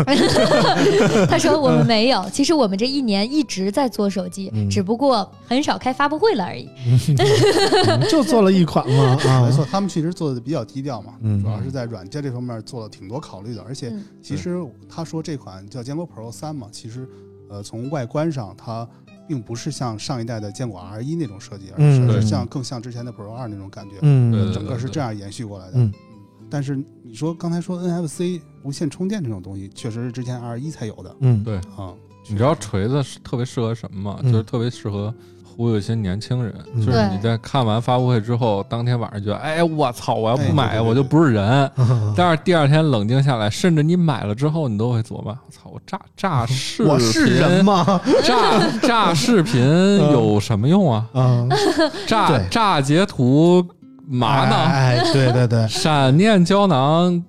他说我们没有，其实我们这一年一直在做手机，
嗯
只不过很少开发布会了而已。
就做了一款嘛
没
啊
错，他们确实做的比较低调嘛，
嗯
主要是在软件这方面做了挺多考虑的。而且
嗯
其实他说这款叫坚果 Pro 三嘛，其实呃从外观上它并不是像上一代的坚果 R 一那种设计，而
嗯
是
对
像更像之前的 Pro 二那种感觉，
嗯
整个是这样延续过来的。
嗯
但是你说刚才说 NFC 无线充电这种东西，确实是之前 R 一才有的
嗯
对，
啊。
你知道锤子是特别适合什么吗？
嗯
就是特别适合忽悠一些年轻人，
嗯
就是你
对
在看完发布会之后，当天晚上觉得，哎，我操，我要
哎
不
对
买，
对对
我就
对
不是人。
啊
但是第二天冷静下来，甚至你买了之后，你都会琢磨，我操，我炸 炸视频，
我是人 吗？
炸炸视频有什么用啊？
啊，
炸
对
炸截图嘛呢？
哎，哎对对对，
闪念胶囊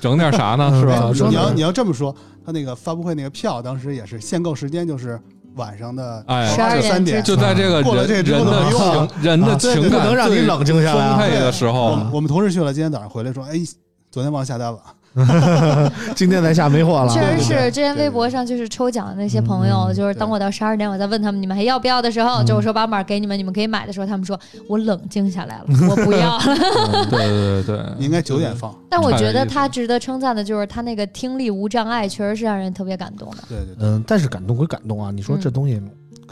整点啥呢？是
哎怎
吧
么？说
你
呢
要你要这么说，他那个发布会那个票当时也是限购时间就是晚上的
哎
二三点。
就在这个
过了这
人
之后
人的情人
都没用了
的
啊对
情
不
感
能让你
最
冷静下来啊
丰沛的时
我
候
们，我们同事去了，今天早上回来说，哎，昨天忘下单了。
啊今天咱下没货了，
确实是，之前
对
微博上就是抽奖的那些朋友，
嗯
就是等我到十二点，我再问他们你们还要不要的时候，
嗯
就我说把码给你们，你们可以买的时候，他们说我冷静下 来了，我不要了。
嗯对对对对，
你应该九点放。
但我
差点
觉得
意思
他值得称赞的就是他那个听力无障碍，确实是让人特别感动的。
对对对，
嗯，但是感动归感动啊，你说这
嗯
东西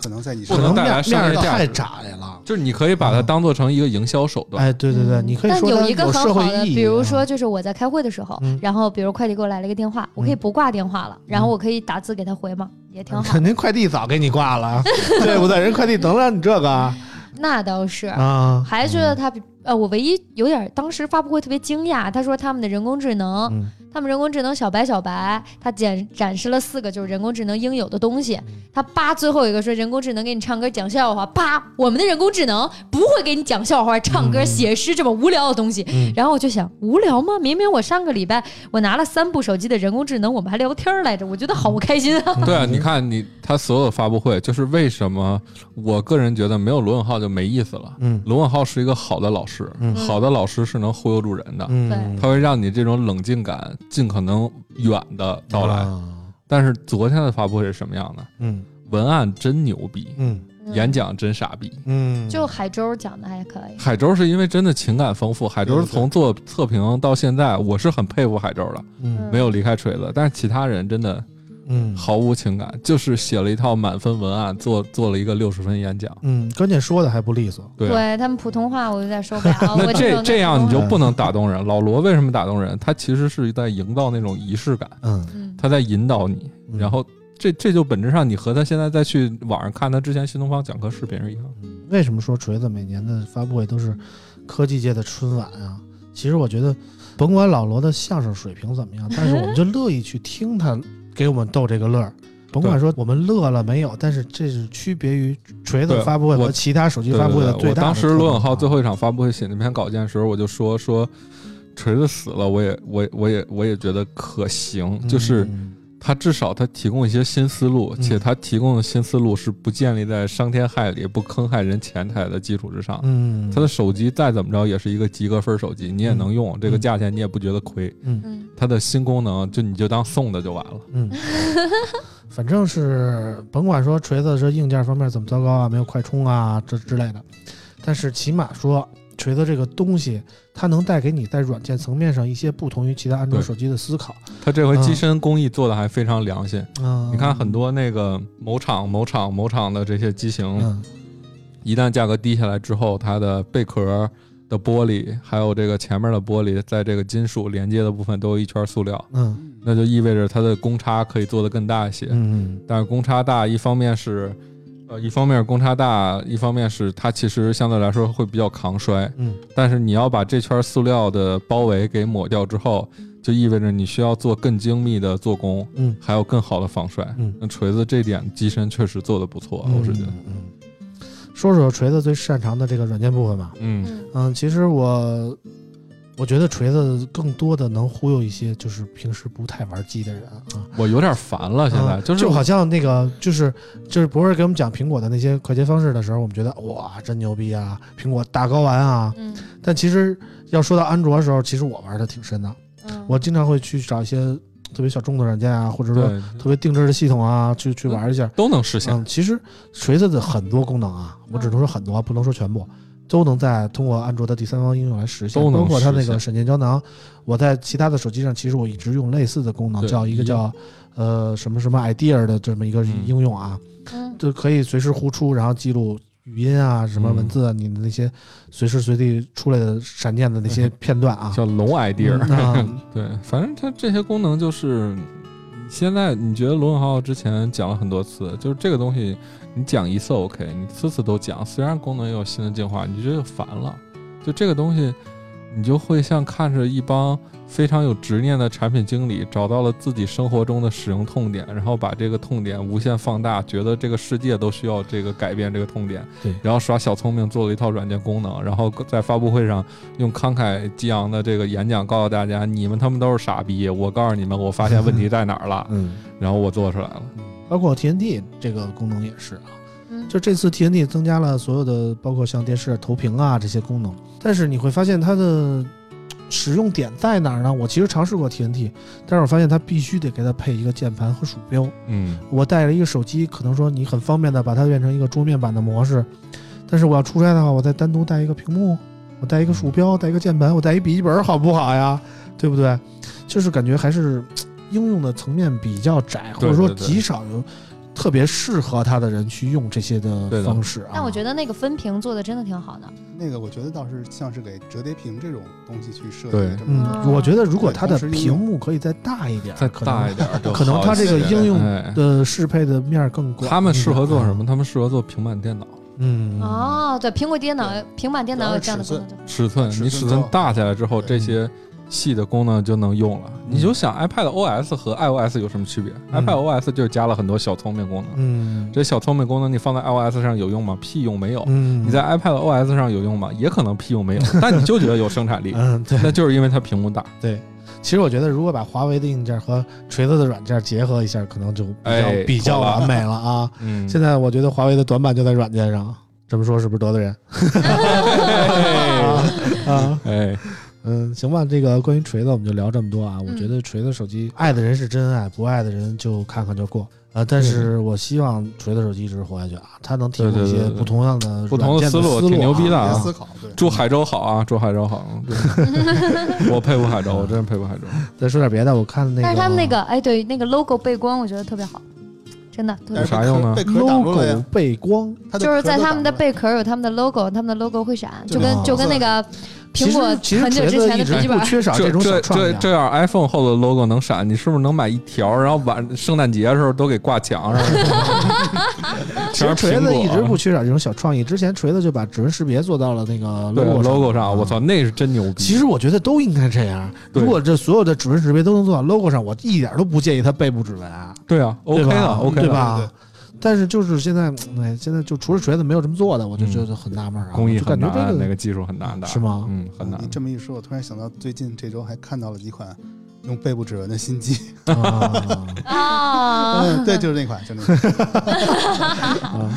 可能在你
不
身
可
能
能
带
面
来
面
商
儿
业价
太
值
窄了。
就是你可以把它当做成一个营销手段。
哎，对对对，
嗯
你可以
但
说它
有一个很
社
好
会
的，
意义啊。
比如说就是我在开会的时候，
嗯
然后比如快递给我来了一个电话，我可以不挂电话了，然后我可以打字给他回嘛，也挺好。
肯定快递早给你挂 了，对不对？人快递能让你这个啊
那倒是，
啊？
还觉得他比呃，我唯一有点当时发布会特别惊讶，他说他们的人工智能，
嗯
他们人工智能小白小白，他展展示了四个就是人工智能应有的东西，
嗯
他叭最后一个说人工智能给你唱歌讲笑话，叭我们的人工智能不会给你讲笑话、唱歌、写诗这么无聊的东西。
嗯
然后我就想，无聊吗？明明我上个礼拜我拿了三部手机的人工智能，我们还聊天儿来着，我觉得好开心
嗯
啊！
对啊，你看你他所有的发布会，就是为什么我个人觉得没有罗永浩就没意思了。
嗯
罗永浩是一个好的老师，
嗯
好的老师是能忽悠住人的，
嗯，
他会让你这种冷静感尽可能远的到来。
啊
但是昨天的发布会是什么样的？
嗯
文案真牛逼，
嗯
演讲真傻逼。
嗯，
就海州讲的还可以，
海州是因为真的情感丰富，海州
对对
从做测评到现在，我是很佩服海州的，
嗯
没有离开锤子。但是其他人真的
嗯，
毫无情感，就是写了一套满分文案，做做了一个六十分演讲。
嗯，关键说的还不利索，
对啊
对他们普通话我有点受不了。
那
我听
这
懂
这样你就
嗯
普通话
不能打动人。老罗为什么打动人？他其实是在营造那种仪式感，
嗯，
嗯，
他在引导你。
嗯
然后这这就本质上你和他现在再去网上看他之前新东方讲课视频是一样的。
为什么说锤子每年的发布会都是科技界的春晚啊？其实我觉得，甭管老罗的相声水平怎么样，但是我们就乐意去听他给我们逗这个乐儿。甭管说我们乐了没有，但是这是区别于锤子
对啊
发布会和
我
其他手机
对
发布会的
对对
最
我
大的
当
特
时
点啊。
罗永浩最后一场发布会写那篇稿件的时候，我就说说锤子死了，我也我也我也我也觉得可行，
嗯
就是他至少他提供一些新思路，
嗯
且他提供的新思路是不建立在伤天害理、不坑害人钱财的基础之上。
嗯，
他的手机再怎么着也是一个及格分手机，你也能用，这
嗯
个价钱你也不觉得亏。
嗯
它的新功能就你就当送的就完了。
嗯，反正是甭管说锤子这硬件方面怎么糟糕啊，没有快充啊这之类的，但是起码说锤子这个东西，它能带给你在软件层面上一些不同于其他安卓
对
手机的思考。
它这回
嗯
机身工艺做的还非常良心，
嗯，
你看很多那个某厂、某厂、某厂的这些机型，
嗯
一旦价格低下来之后，它的贝壳的玻璃，还有这个前面的玻璃，在这个金属连接的部分都有一圈塑料，
嗯
那就意味着它的公差可以做得更大一些。
嗯
但是公差大，一方面是，呃，一方面是公差大，一方面是它其实相对来说会比较抗摔。
嗯，
但是你要把这圈塑料的包围给抹掉之后，就意味着你需要做更精密的做工，
嗯，
还有更好的防摔。
嗯
那锤子这点机身确实做得不错，我是觉得，
嗯嗯说说锤子最擅长的这个软件部分吧。
嗯
嗯
嗯，其实我我觉得锤子更多的能忽悠一些就是平时不太玩机的人啊。
我有点烦了，啊现在、
嗯
就是
就好像那个就是就是博士给我们讲苹果的那些快捷方式的时候，我们觉得哇真牛逼啊，苹果大睾丸啊。
嗯
但其实要说到安卓的时候，其实我玩的挺深的，
嗯，
我经常会去找一些特别小众的软件啊，或者说
对嗯
特别定制的系统啊，去去玩一下。
都能实现。
嗯，其实锤子的很多功能啊，我只能说很多，不能说全部，都能在通过安卓的第三方应用来实现，
都能
包括它那
实
个
现
闪电胶囊。我在其他的手机上，其实我一直用类似的功能，
对
叫一个
一
叫
样
呃什么什么 idea 的这么一个
嗯
应用啊，
嗯
就可以随时呼出，然后记录。语音啊，什么文
嗯
字啊，你的那些随时随地出来的闪电的那
嗯
些片段啊，
叫龙 idea，、
嗯啊
对，反正它这些功能就是，现在你觉得罗永浩之前讲了很多次，就是这个东西你讲一次 OK，你次次都讲，虽然功能也有新的进化，你就觉得烦了。就这个东西，你就会像看着一帮非常有执念的产品经理找到了自己生活中的使用痛点，然后把这个痛点无限放大，觉得这个世界都需要这个改变这个痛点，
对，
然后耍小聪明做了一套软件功能，然后在发布会上用慷慨激昂的这个演讲告诉大家，你们他们都是傻逼，我告诉你们，我发现问题在哪儿了
嗯，
然后我做出来了，
包括 TNT 这个功能也是啊，
嗯
就这次 TNT 增加了所有的，包括像电视投屏啊这些功能，但是你会发现它的呃使用点在哪儿呢？我其实尝试过 TNT，但是我发现它必须得给它配一个键盘和鼠标。
嗯，
我带了一个手机，可能说你很方便的把它变成一个桌面版的模式，但是我要出差的话，我再单独带一个屏幕，我带一个鼠标，带一个键盘，我带一笔记本，好不好呀？对不对？就是感觉还是嘖应用的层面比较窄，或
对
者说
对对
极少有特别适合他的人去用这些的
对的
方式啊。
但我觉得那个分屏做的真的挺好的。
那个我觉得倒是像是给折叠屏这种东西去设计
对
的这么
嗯，
嗯
我觉得如果
对
它的
同时应
屏
用
幕可以再大一点，
再
可能
大一点儿就
可能
好
它
一
这个
些
应用
哎
的适配的面儿更广。
他们适合做什么？？他们适合做平板电脑，
嗯，
哦，对，苹果电脑
对、
平板电脑有这样的功能。
尺寸，
尺寸
你尺寸
高
大起来之后，这
对
些细的功能就能用了。
嗯
你就想 iPad OS 和 iOS 有什么区别
嗯
？iPad OS 就是加了很多小聪明功能，
嗯，
这小聪明功能你放在 iOS 上有用吗？屁用没有。
嗯，
你在 iPad OS 上有用吗？也可能屁用没有，但你就觉得有 生产力，
嗯，对
那就是因为它屏幕大。
对。其实我觉得，如果把华为的硬件和锤子的软件结合一下，可能就比较、
哎
比较
好吧
完美了啊。
嗯，
现在我觉得华为的短板就在软件上，这么说是不是得 罪人？
哎
啊，
哎，
嗯，行吧，这个关
嗯
于锤子我们就聊这么多啊。我觉得锤子手机，爱的人是真爱，不爱的人就看看就过。啊，但是我希望锤子手机一直活下去啊，它能提供一
对对
些
对对
不同样的
不同的
的
思
路
路，
啊，
挺牛逼的
别
啊
思考，对，
祝海州好啊！祝海州好，对 我佩服海州，我真是佩服海州。
再说点别的，我看那个，啊
但是他们那
嗯
个哎对那个 logo 背光，我觉得特别好，真的特别
但
有
是
好。
啥用呢
被壳挡住
logo
了呀，
背光，
它的
就是在
壳都
他们的
挡住
贝
了
壳儿有他们的 logo，他们的 logo 会闪，
就
就跟
是
就跟那个
其
苹
实
果
哦其实
很久
锤
之
子
前
一
的笔
直
记
不
本。
缺少
这
种小
这
创
这
意啊。
这样 iPhone 后的 logo 能闪，你是不是能买一条，然后晚圣诞节的时候都给挂 墙上？
其实
全是
锤
苹
子
果啊
一直不缺少这种小创意。之前锤子就把指纹识别做到了那个
对
logo
，logo
啊
上，我操，那是真牛逼。
其实我觉得都应该这样。
对
如果这所有的指纹识别都能做到 logo 上，我一点都不介意它背部指纹啊
对啊
对
，OK
吧
的，OK
对
的，
吧？
对对
但是就是现在，哎，现在就除了锤子没有这么做的，我就觉得很纳闷啊。
嗯工艺
我就
很
感觉
难，
这
那个技术很难的，
是吗啊
嗯，很难
你。这么一说，我突然想到，最近这周还看到了几款用背部指纹的新机，
啊
啊，
嗯，对，就是那款，就那款。
啊，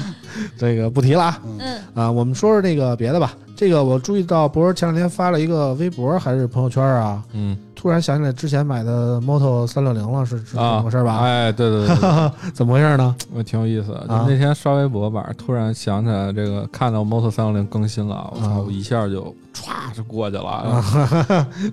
这个不提了啊
嗯，
嗯，
啊，我们说说那个别的吧。这个我注意到博儿前两天发了一个微博还是朋友圈啊，
嗯
突然想起来之前买的 Moto 三六零了，是是怎
啊，
么回事吧？
哎，对对对对，
怎么回事 呢？
我挺有意思的。就
啊
那天刷微博吧，突然想起来这个，看到 Moto 三六零更新了，我
啊
操，我一下就歘就过去了。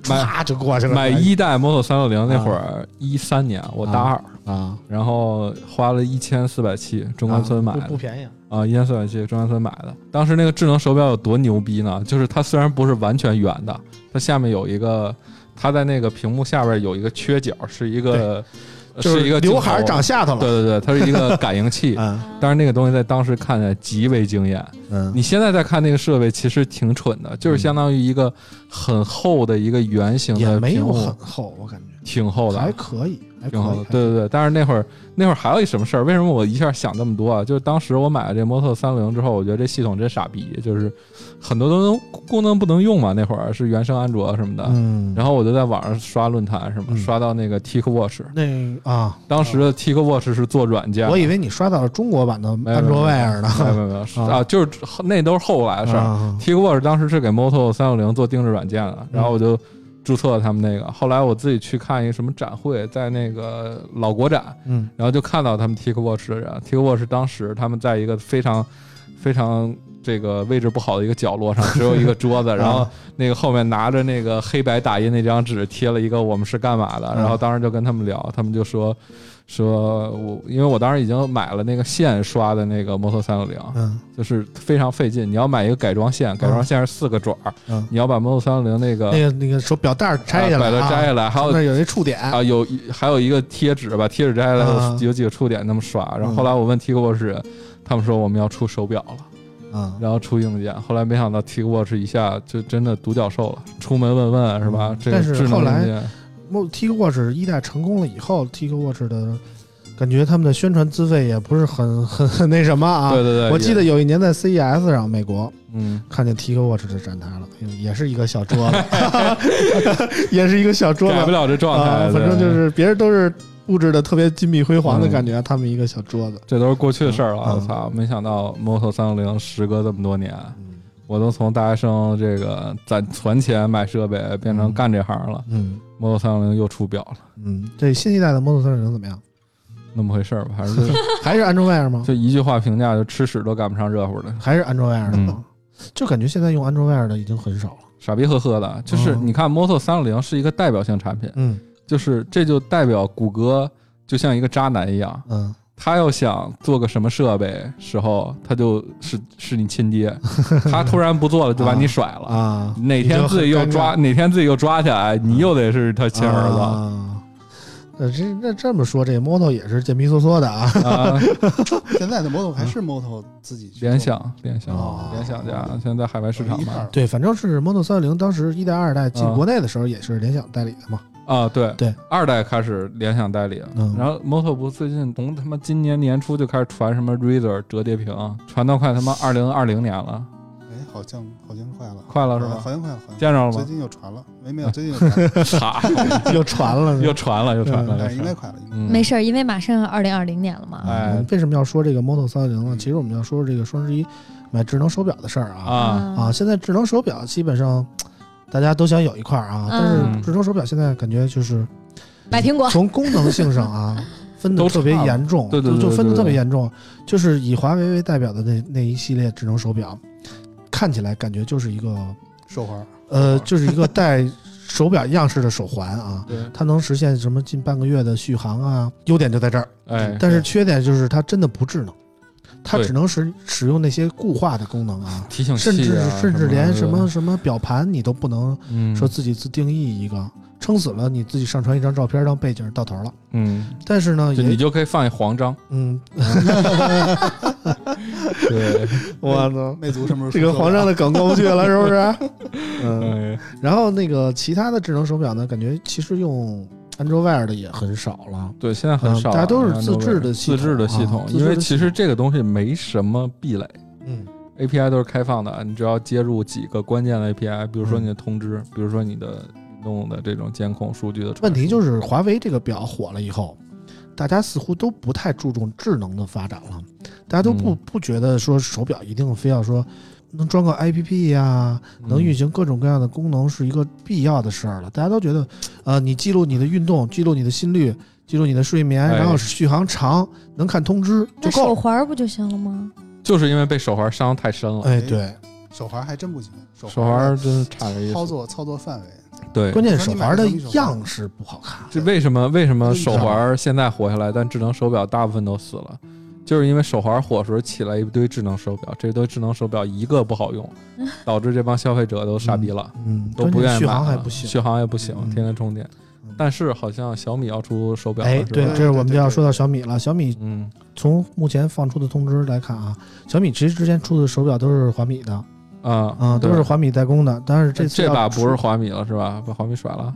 唰就过去了，
买一代 Moto 三六零那会儿，一三年我大二，
啊，
然后花了一千四百七中关村买
啊不不
的
便宜啊
啊，一千四百七中关村买的。当时那个智能手表有多牛逼呢？就是它虽然不是完全圆的，它下面有一个，它在那个屏幕下边有一个缺角，是一个
就是
一个
刘海儿
镜头
长下头
对
了。
对对，它是一个感应器。
嗯
但是那个东西在当时看起来极为惊艳。
嗯
你现在再看那个设备，其实挺蠢的，就是相当于一个很厚的一个圆形
也
的
没
屏
有
幕
很，厚，我感觉
嗯挺厚的，啊
还可以，还可
挺厚的
以。。
对对对，但是那会儿那会儿还有一什么事儿？为什么我一下想那么多啊？就是当时我买了这 Moto 三六零之后，我觉得这系统真傻逼，就是很多都能功能不能用嘛。那会儿是原生安卓什么的。
嗯，
然后我就在网上刷论坛，什么
嗯
刷到那个 TicWatch，
那啊，
当时的 TicWatch 是做软件的，
我以为你刷到了中国版的
没有
安卓 Wear 呢。
没有没有没有是
啊
啊，就是那都是后来的事儿。
啊
TicWatch 当时是给 Moto 三六零做定制软件的，然后我就注册了他们那个。后来我自己去看一个什么展会，在那个老国展，
嗯
然后就看到他们 TicWatch 的人。TicWatch 当时他们在一个非常非常这个位置不好的一个角落上，只有一个桌子，然后那个后面拿着那个黑白打印那张纸贴了一个我们是干嘛的，然后当时就跟他们聊，他们就说说我因为我当时已经买了那个线刷的那个摩托三六零，
嗯
就是非常费劲，你要买一个改装线，改装线是四个爪儿，
嗯，
你要把摩托三六零那个呃
那个那个手表带儿拆下来
把
啊，
它摘下来，还有
那有一触点
啊，有一还有一个贴纸吧，贴纸摘下来
啊
有有几个触点那么刷。然后后来我问 TicWatch，他们说我们要出手表了，
啊，
然后出硬件。后来没想到 TicWatch 一下就真的独角兽了，出门问问是吧
嗯？
这个
但是
智能
后来
硬件，
Mo- TicWatch 一代成功了以后，TicWatch 的感觉他们的宣传资费也不是很很很那什么啊。
对对对，
我记
呃也
得有一年在 CES 上，美国
嗯，
看见 TicWatch 的展台了，哎呦也是一个小桌子， 也是一个小桌
改不
子
了这状
啊
态，，
反正就
对嗯
是别人都是布置的特别金碧辉煌的感觉，他们一个小桌子。
这都是过去的事儿了。
嗯
我操，没想到 Moto 三六零时隔这么多年，
嗯
我都从大学生这个攒存钱买设备变成
嗯
干这行了
嗯
，Moto 三六零又出表了，
嗯，这新一代的 Moto 三六零怎么 样？
那么回事儿吧，反正就是。
还是安卓 Wear 吗？
就一句话评价，就吃屎都赶不上热乎的，
还是安卓 Wear 的
嗯
吗？就感觉现在用安卓 Wear 的已经很少了。
傻逼呵呵的。就是
嗯
你看，Moto 三六零是一个代表性产品，
嗯
就是这就代表谷歌就像一个渣男一样，
嗯，
他要想做个什么设备时候，他就是是你 亲爹，他突然不做了就把你甩了，
啊，
哪天自己又抓，哪天自己又抓起来，你又得是他亲儿子。
啊呃，这那这么说，这 Moto 也是贱皮嗦嗦的啊。
啊，
现在的 Moto 还是 Moto 自己去做
联想，联想
哦，
联想家现在在海外市场
哦一块
嘛
儿，
对，反正是 Moto 三六零当时一代、二代进
啊
国内的时候也是联想代理的嘛。
啊，对
对，
二代开始联想代理，
嗯
然后 Moto 不最近从他妈今年年初就开始传什么 Razer 折叠屏，传到快他妈二零二零年了，
哎，好像好像快了，
快了是
好
吧？
像快了，好像
见着了
最
吗？
近又传了，没没有，啊最近 又传了，
操，
又传了呢，
又传了，又传了，
哎，
又传
应该
了。
快了，应该。
嗯
没事儿，因为马上二零二零年了嘛。
哎
嗯为什么要说这个 Moto 三六零呢？
嗯
其实我们要说这个双十一买智能手表的事
嗯
儿啊。
嗯
啊，
啊，现在智能手表基本上大家都想有一块儿啊，但
嗯
是智能手表现在感觉就是
买苹 果，
从功能性上啊，分的
都
特别
差了
严重，
对对对
就就分的
对对
特别
对
严重，就是以华为为代表的那那一系列智能手表，看起来感觉就是一个
手环儿，
呃，就是一个带手表样式的手环啊，
对，
它能实现什么近半个月的续航啊？优点就在这儿，
哎，
但是缺点就是它真的不智能，它
对
只能使使用那些固化的功能啊，
提醒器
甚至
啊
甚至连什么
的
什么表盘你都不能
嗯
说自己自定义一个，撑死了你自己上传一张照片当背景到头了。
嗯，
但是呢，
就你
也
就可以放一 黄章，
嗯，
对，
我操，
魅族什么时候
这个
出手
皇上
表
的梗过不去了，是 不是？嗯，
哎
然后那个其他的智能手表呢，感觉其实用 Android Wear 的也很少了。
对，现在很
嗯
少了，
大家都是
然后
自制的系
自制的
统
系
啊
统，
自制
因为
的
其
系
实
统
这个东西没什么壁垒。
嗯
API 都是开放的，你只要接入几个关键的 API，比如
嗯
说你的通知，比如说你的运动的这种监控数据的传输。
问题就是是华为这个表火了以后，大家似乎都不太注重智能的发展了，大家都不、
嗯
不觉得说手表一定非要说能装个 APP 呀、
嗯
能运行各种各样的功能是一个必要的事儿了。大家都觉得，呃，你记录你的运动，记录你的心率，记录你的睡眠，
哎
然后续航长，能看通知就
那
够
手
了。
环儿不就行了吗？
就是因为被手环伤太深了，
哎，对，
手环儿还真不行，手
手
儿
环真是差点意
操
思。
作操作范围，
对，
关键手环的
你买个手表
样式不好看。
这为什么为什么手
你知道
环现在活下来，但智能手表大部分都死了？就是因为手环火的时候起来一堆智能手表，这堆智能手表一个不好用，导致这帮消费者都傻逼了，
嗯，
都不愿意
续
买
航还
了
不行。
续航也不行，
嗯
天天充电
嗯。
但是好像小米要出手表了，
哎，
是
对，
吧
这是我们就要说到小米了。小米
嗯，
从目前放出的通知来看啊，小米其实之前出的手表都是华米的
啊
啊，都
对
是华米代工的。但是这次
这
要
把不
出
是华米了是吧？把华米甩了。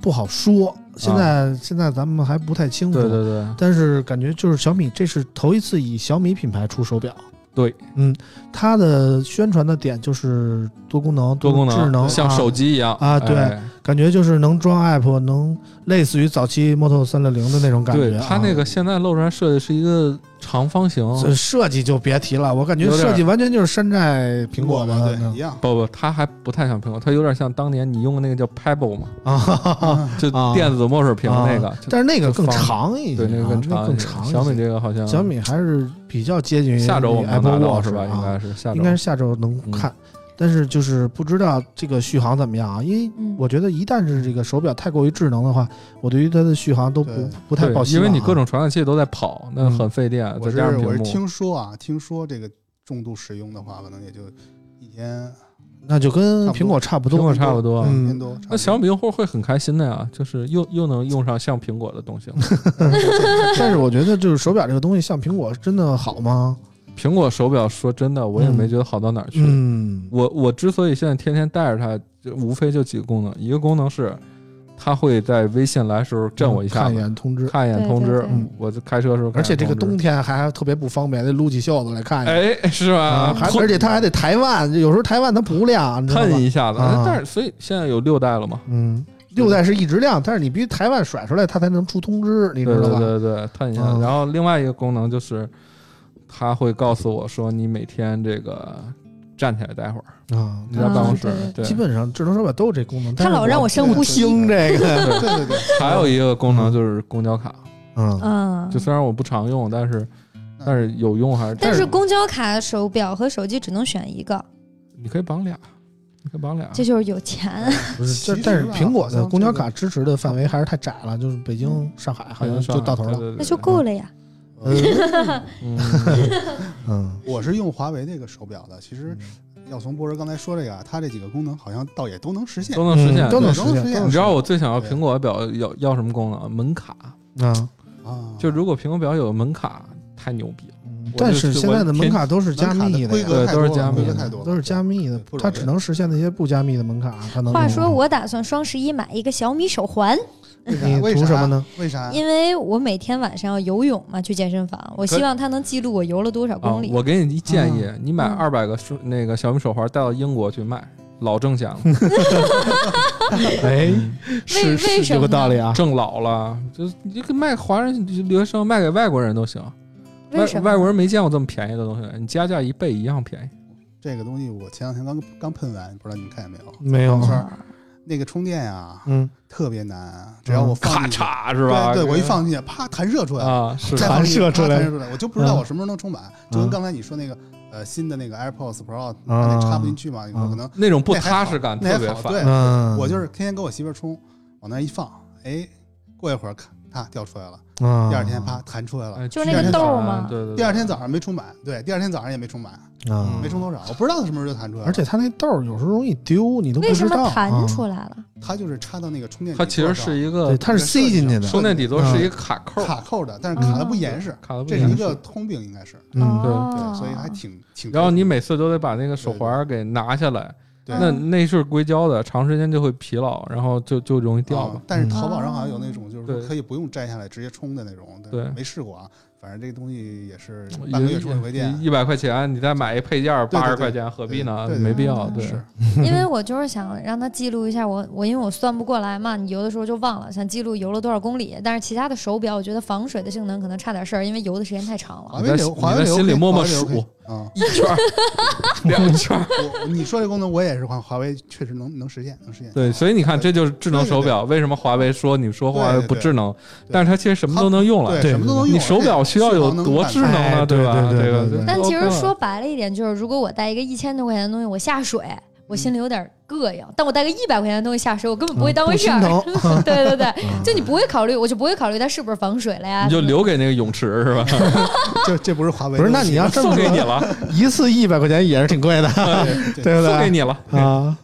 不好说，现在现在咱们还不太清楚。
啊对对对，
但是感觉就是小米这是头一次以小米品牌出手表。
对，
嗯，它的宣传的点就是多功能、
多功能，
智能，
像
啊
手机一样
啊对
哎
感觉就是能装 app，能类似于早期 Moto 三六零的那种感觉
对
啊。
它那个现在露出来设计是一个长方形，
这设计就别提了，我感觉
哦有点
设计完全就是山寨苹
苹
果
果
的
嘛，
那
对，一
种
样。
不不，它还不太像苹果，它有点像当年你用的那个叫 Pebble 嘛，
啊哈哈哈。
就
啊
电子墨水瓶那个，就
但是那个更
就放
长一些
对
啊，
那个
更
长一些
长一些。
小米这个好像
小米还是比较接近于
下周我们
Apple
能拿到
Watch
是吧？
啊
应该是下周
应该是下周能看，但是就是不知道这个续航怎么样啊，因为
嗯，
我觉得一旦是这个手表太过于智能的话，我对于它的续航都不
对
不太
对
抱希
因
望啊。
为你各种传感器都在跑，那
嗯
很费电，
我
再
是
加上屏
我是
幕，
听说啊，听说这个重度使用的话，可能也就一天
那就跟苹果差不
苹
多
果。差不多。
嗯
一天多。差不
那
多
小米用户会很开心的呀，就是又又能用上像苹果的东 西了。
但是我觉得就是手表这个东西，像苹果真的好吗？
苹果手表，说真的，我也
嗯
没觉得好到哪儿去。
嗯，
我我之所以现在天天带着它，就无非就几个功能，一个功能是它会在微信来的时候震我一下
嗯看一
子，
眼通知，
看一眼通
对
知
对对
嗯。
我就开车的时候看
而
一
且
眼通
这
知，
嗯
个冬天还特别不方便，得撸起袖子来看一眼。
哎是吧
啊，？还
碰
而且它还得抬腕，有时候抬腕它不亮，你知道
碰
吗？
一下子，
啊
但是所以现在有六代了嘛？
嗯，六代是一直亮，但是你必须抬腕甩出来，它才能出通知，你
对
知道
对
吧？
对对，探一下。
嗯
然后另外一个功能就是，它会告诉我说你每天这个站起来待会儿，
啊，
你在办公室
啊对对。
对
基本上智能手表都有这功能。但
他
是
老让我深
不
呼吸。
听这个，
对对对，
还有一个功能就是公交卡，
嗯，
嗯，
就虽然我不常用，但是
嗯
但是有用还是。
但
但
是
是公交卡、手表和手机只能选一个，
你可以绑俩，你可以绑俩。
这就是有钱，
不是，
其
这
实
但是苹果
啊好
的
像
公交卡支持的范围还是太窄了，就是北
嗯
京、上海好像就到头了。
了
那就够了呀。
嗯
嗯，
嗯，
我是用华为那个手表的，其实要从博士刚才说这个啊，它这几个功能好像倒也都能实现，
都能实现，
嗯都能
对
实现
都能实现
你知道我最想要苹果表要要什么功能？门卡。
啊，
啊，
就如果苹果表有门卡，太牛逼了。
嗯但是现在的门卡都是加密
门卡的规
呀，
格太
对
多
都是加
了，
密的
规格太多了，
都是加密的
对不，容易
它只能实现那些不加密的门卡，它能用。
话说，我打算双十一买一个小米手环，
为啥
你图什么呢？
为啥？为啥
因为我每天晚上要游泳嘛，去健身房，我希望它能记录我游了多少
啊
公里。！
我给你一建议，你买
嗯
二百个手那个小米手环带到英国去卖，老挣钱了，嗯
哎，是
为为
是
什
有
么
个
呢
道理啊。
挣老了，就你给卖华人留学生卖给外国人都行。外
为什么
外国人没见过这么便宜的东西，你加价一倍一样便宜。
这个东西我前两天刚刚喷完，不知道你们看见没有？
没有啊
朋友圈那个充电啊，
嗯，
特别难。只要我
嗯咔
放进去，
嚓是吧？
对对，我一
这个
放进去，啪弹射出来，
啊，是
再
弹
放进去
射
啪
出来
弹射出来，我就不知道
嗯
我什么时候能充满。就跟
嗯
刚才你说那个呃新的那个 AirPods
嗯
Pro，它那插不进去嘛，有可能
那种不
那还好
踏实感
那还
特别
好
烦
对。
嗯，
我就是天天给我媳妇儿充，往那儿一放，哎，过一会儿咔咔掉出来了，
嗯，
第
第
二天啪弹出来了，
哎
就是
那个
巨
豆
儿
烦
嘛
对对对。
第二天早上没充满，对，第二天早上也没充满，
嗯
啊
没，充多少，我不知道它什么时候就弹出来了。
而且它那豆儿有时候容易丢，你都不
哦为什
知
么
道
弹出
来？
来了？
它就是插到那个充电底
它
座上，
其实是一
对，
个
它是塞进去的，
充电底座是一个卡扣，
嗯卡扣的，但是卡的不严实，
卡的不
这是
严
一
实
个通病，应该是
嗯，
对，
哦
所以还挺挺。
然后你每次都得把那个手环儿给拿下来，
对
那那是硅胶的，长时间就会疲劳，然后就就容易掉
啊
嘛。
但是淘宝上好像有那种就是说
对
可以不用摘下来直接充的那种，但是
对
没试过啊。反正这个东西也是半个月充一回电，
一百块钱你再买一配件儿
对对
八
对
十块钱，何必呢？
对对对
没必要。
嗯
对，
是
因为我就是想让它记录一下我我，因为我算不过来嘛，你游的时候就忘了，想记录游了多少公里。但是其他的手表，我觉得防水的性能可能差点事儿，因为游的时间太长
华
了。
为
你在
流，华为
你在
流
心里默默数
啊。
一 圈儿两圈儿。
我你说这功能我也是华华为确实能能实现，能实现。
对，所以你看，这就是智能手表。为什么华为说你说华为不智能？
对
但是它其实什么都能用了。
对
什么都能用。
你手表需要有多智能
哎
啊？
对
吧？
对对
这个
对对，
但其实
OK 了
说白了一点，就是如果我带一个一千多块钱的东西，我下水，我心里有点膈应；但我带个一百块钱的东西下水，我根本不会当回事儿
嗯。 不
对对对，就你不会考虑，我就不会考虑它是不是防水了呀。
你就留给那个泳 池是吧？
这这不是华为
不
的
是，
问题，
那你要这么
送给你
说，
了，
一次一百块钱也是挺贵的，
对
对不
送给
对？
你了。
啊，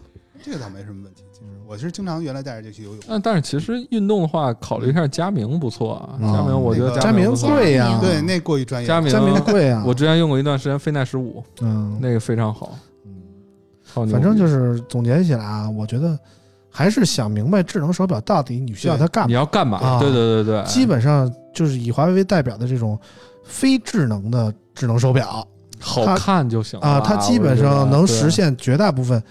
这个倒没什么问题。其实我是经常原来带着这去游泳，
嗯，但是其实运动的话，考虑一下佳明不错啊。
嗯
佳明，我觉
那
得
个
佳明
不错
贵呀，
啊
对，那过于专业了。
佳明
佳明贵啊，
我之前用过一段时间飞耐十五，
嗯，
那个非常好，超牛逼
反正就是总结起来啊，我觉得还是想明白智能手表到底你需要它干
你
嘛。
要干嘛？
啊
对对对对，
基本上就是以华为为代表的这种非智能的智能手表
好看就行了
啊，它基本上能实。
哦我觉得
现绝大部分，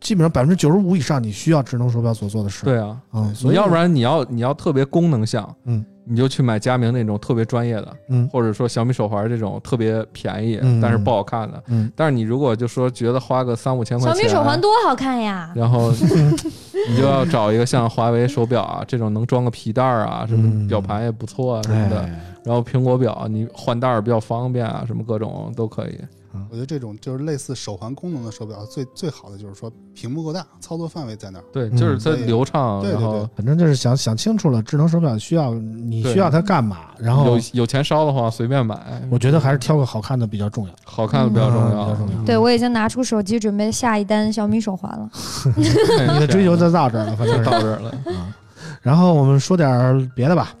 基本上百分之九十五以上你需要智能手表所做的事。
对对啊，
啊，所
你
以
要不然你要你要特别功能项，
嗯，
你就去买佳明那种特别专业的，
嗯
或者说小米手环这种特别便宜
嗯
但是不好看的。
嗯，
但是你如果就说觉得花个三五千块
小
钱，
米手环多好看呀！
然后你就要找一个像华为手表啊这 种能装个皮带儿啊，什么
嗯
表盘也不错啊什么的。
哎，
然后苹果表你换带儿比较方便啊，什么各种都可以。
我觉得这种就是类似手环功能的手表，最最好的就是说屏幕够大，操作范围在那儿。
对，
嗯
就是它流畅，
对对
然后
反正就是想想清楚了，智能手表需要你
对
需要它干嘛，然后
嗯有有钱烧的话随便买，
我觉得还是挑个好看的比较重要，
好看的比较重
嗯比 较重
要。
要。
对，我已经拿出手机准备下一单小米手环了。
你
你
啊
的追求就到这儿了，反正
就是到这儿了。
啊。然后我们说点儿别的吧。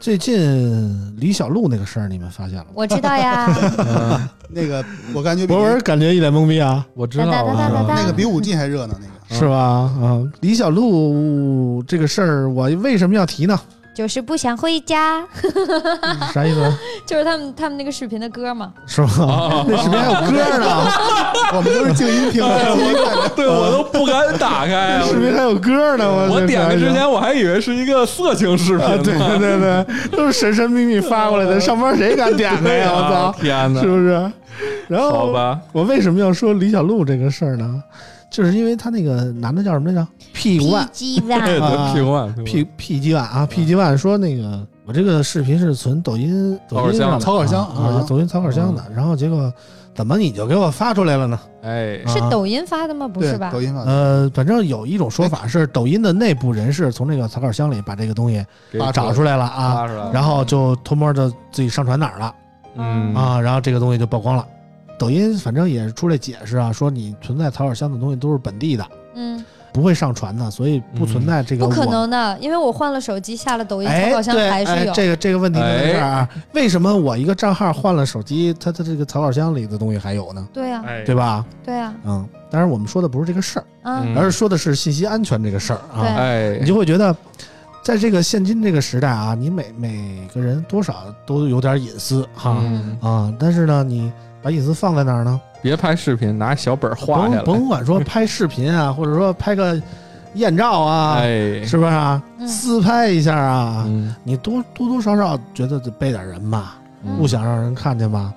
最近李小璐那个事儿，你们发现了吗？
我知道呀，
嗯
那个我感觉比
博文感觉一脸懵逼啊，
我知道
哒哒哒
我知道
哒
那个比五 G 还热呢，那 个
是吧？啊，李小璐这个事儿，我为什么要提呢？
就是不想回家，
啥意 思？
就是他们他们那个视频的歌嘛。
是
啊
吧？那视频还有歌 呢，
我们都是静音屏的，静音看着
对我都不敢打开。啊
视频还有歌呢，我
我
这
点开之
感觉
前我还以为是一个色情视频
啊，
呢。
对对对对，都是神神秘秘发过来的，上班谁敢点哎开呀？我
啊
操，
天哪
是！不是？然
好
后
吧，
我为什么要说李小璐这个事儿呢？就是因为他那个男的叫什么来着？P One
G
对
One，
啊
对，平万
P P 几万啊，P 几万说那个我这个视频是存抖音抖音上的
草
稿箱草稿
啊，
箱
抖音草稿箱的，然后结果怎么你就给我发出来了呢？
哎，
啊
是抖音发的吗？不是
对
吧？
抖音嘛，
呃，反正有一种说法是抖音的内部人士从这个草稿箱里把这个东西
给
啊
找出来了啊，
发出来了
然后就偷摸的自己上传哪儿了
嗯
啊，然后这个东西就曝光了。抖音反正也是出来解释啊，说你存在草稿箱的东西都是本地的，
嗯，
不会上传的，所以不存在这个
不
我。
可能的，因为我换了手机，下了抖音，
哎，
草稿箱
对，
还是
哎
有。
这个这个问题就在这儿啊。
哎
为什么我一个账号换了手机，它它这个草稿箱里的东西还有呢？
对呀，
哎
对吧？
对呀，
嗯，当然我们说的不是这个事儿，
啊，
嗯
而是说的是信息安全这个事儿啊。
对
哎
你，就会觉得，在这个现今这个时代啊，你每每个人多少都有点隐私哈、
嗯，
啊，但是呢，你把隐私放在哪儿呢？
别拍视频，拿小本儿画下
甭
来。嗯
甭管说拍视频啊，或者说拍个艳照啊，
哎，
是不是啊？
嗯
私拍一下啊，
嗯
你多多多少少觉得得背点人吧，
嗯
不想让人看见吧。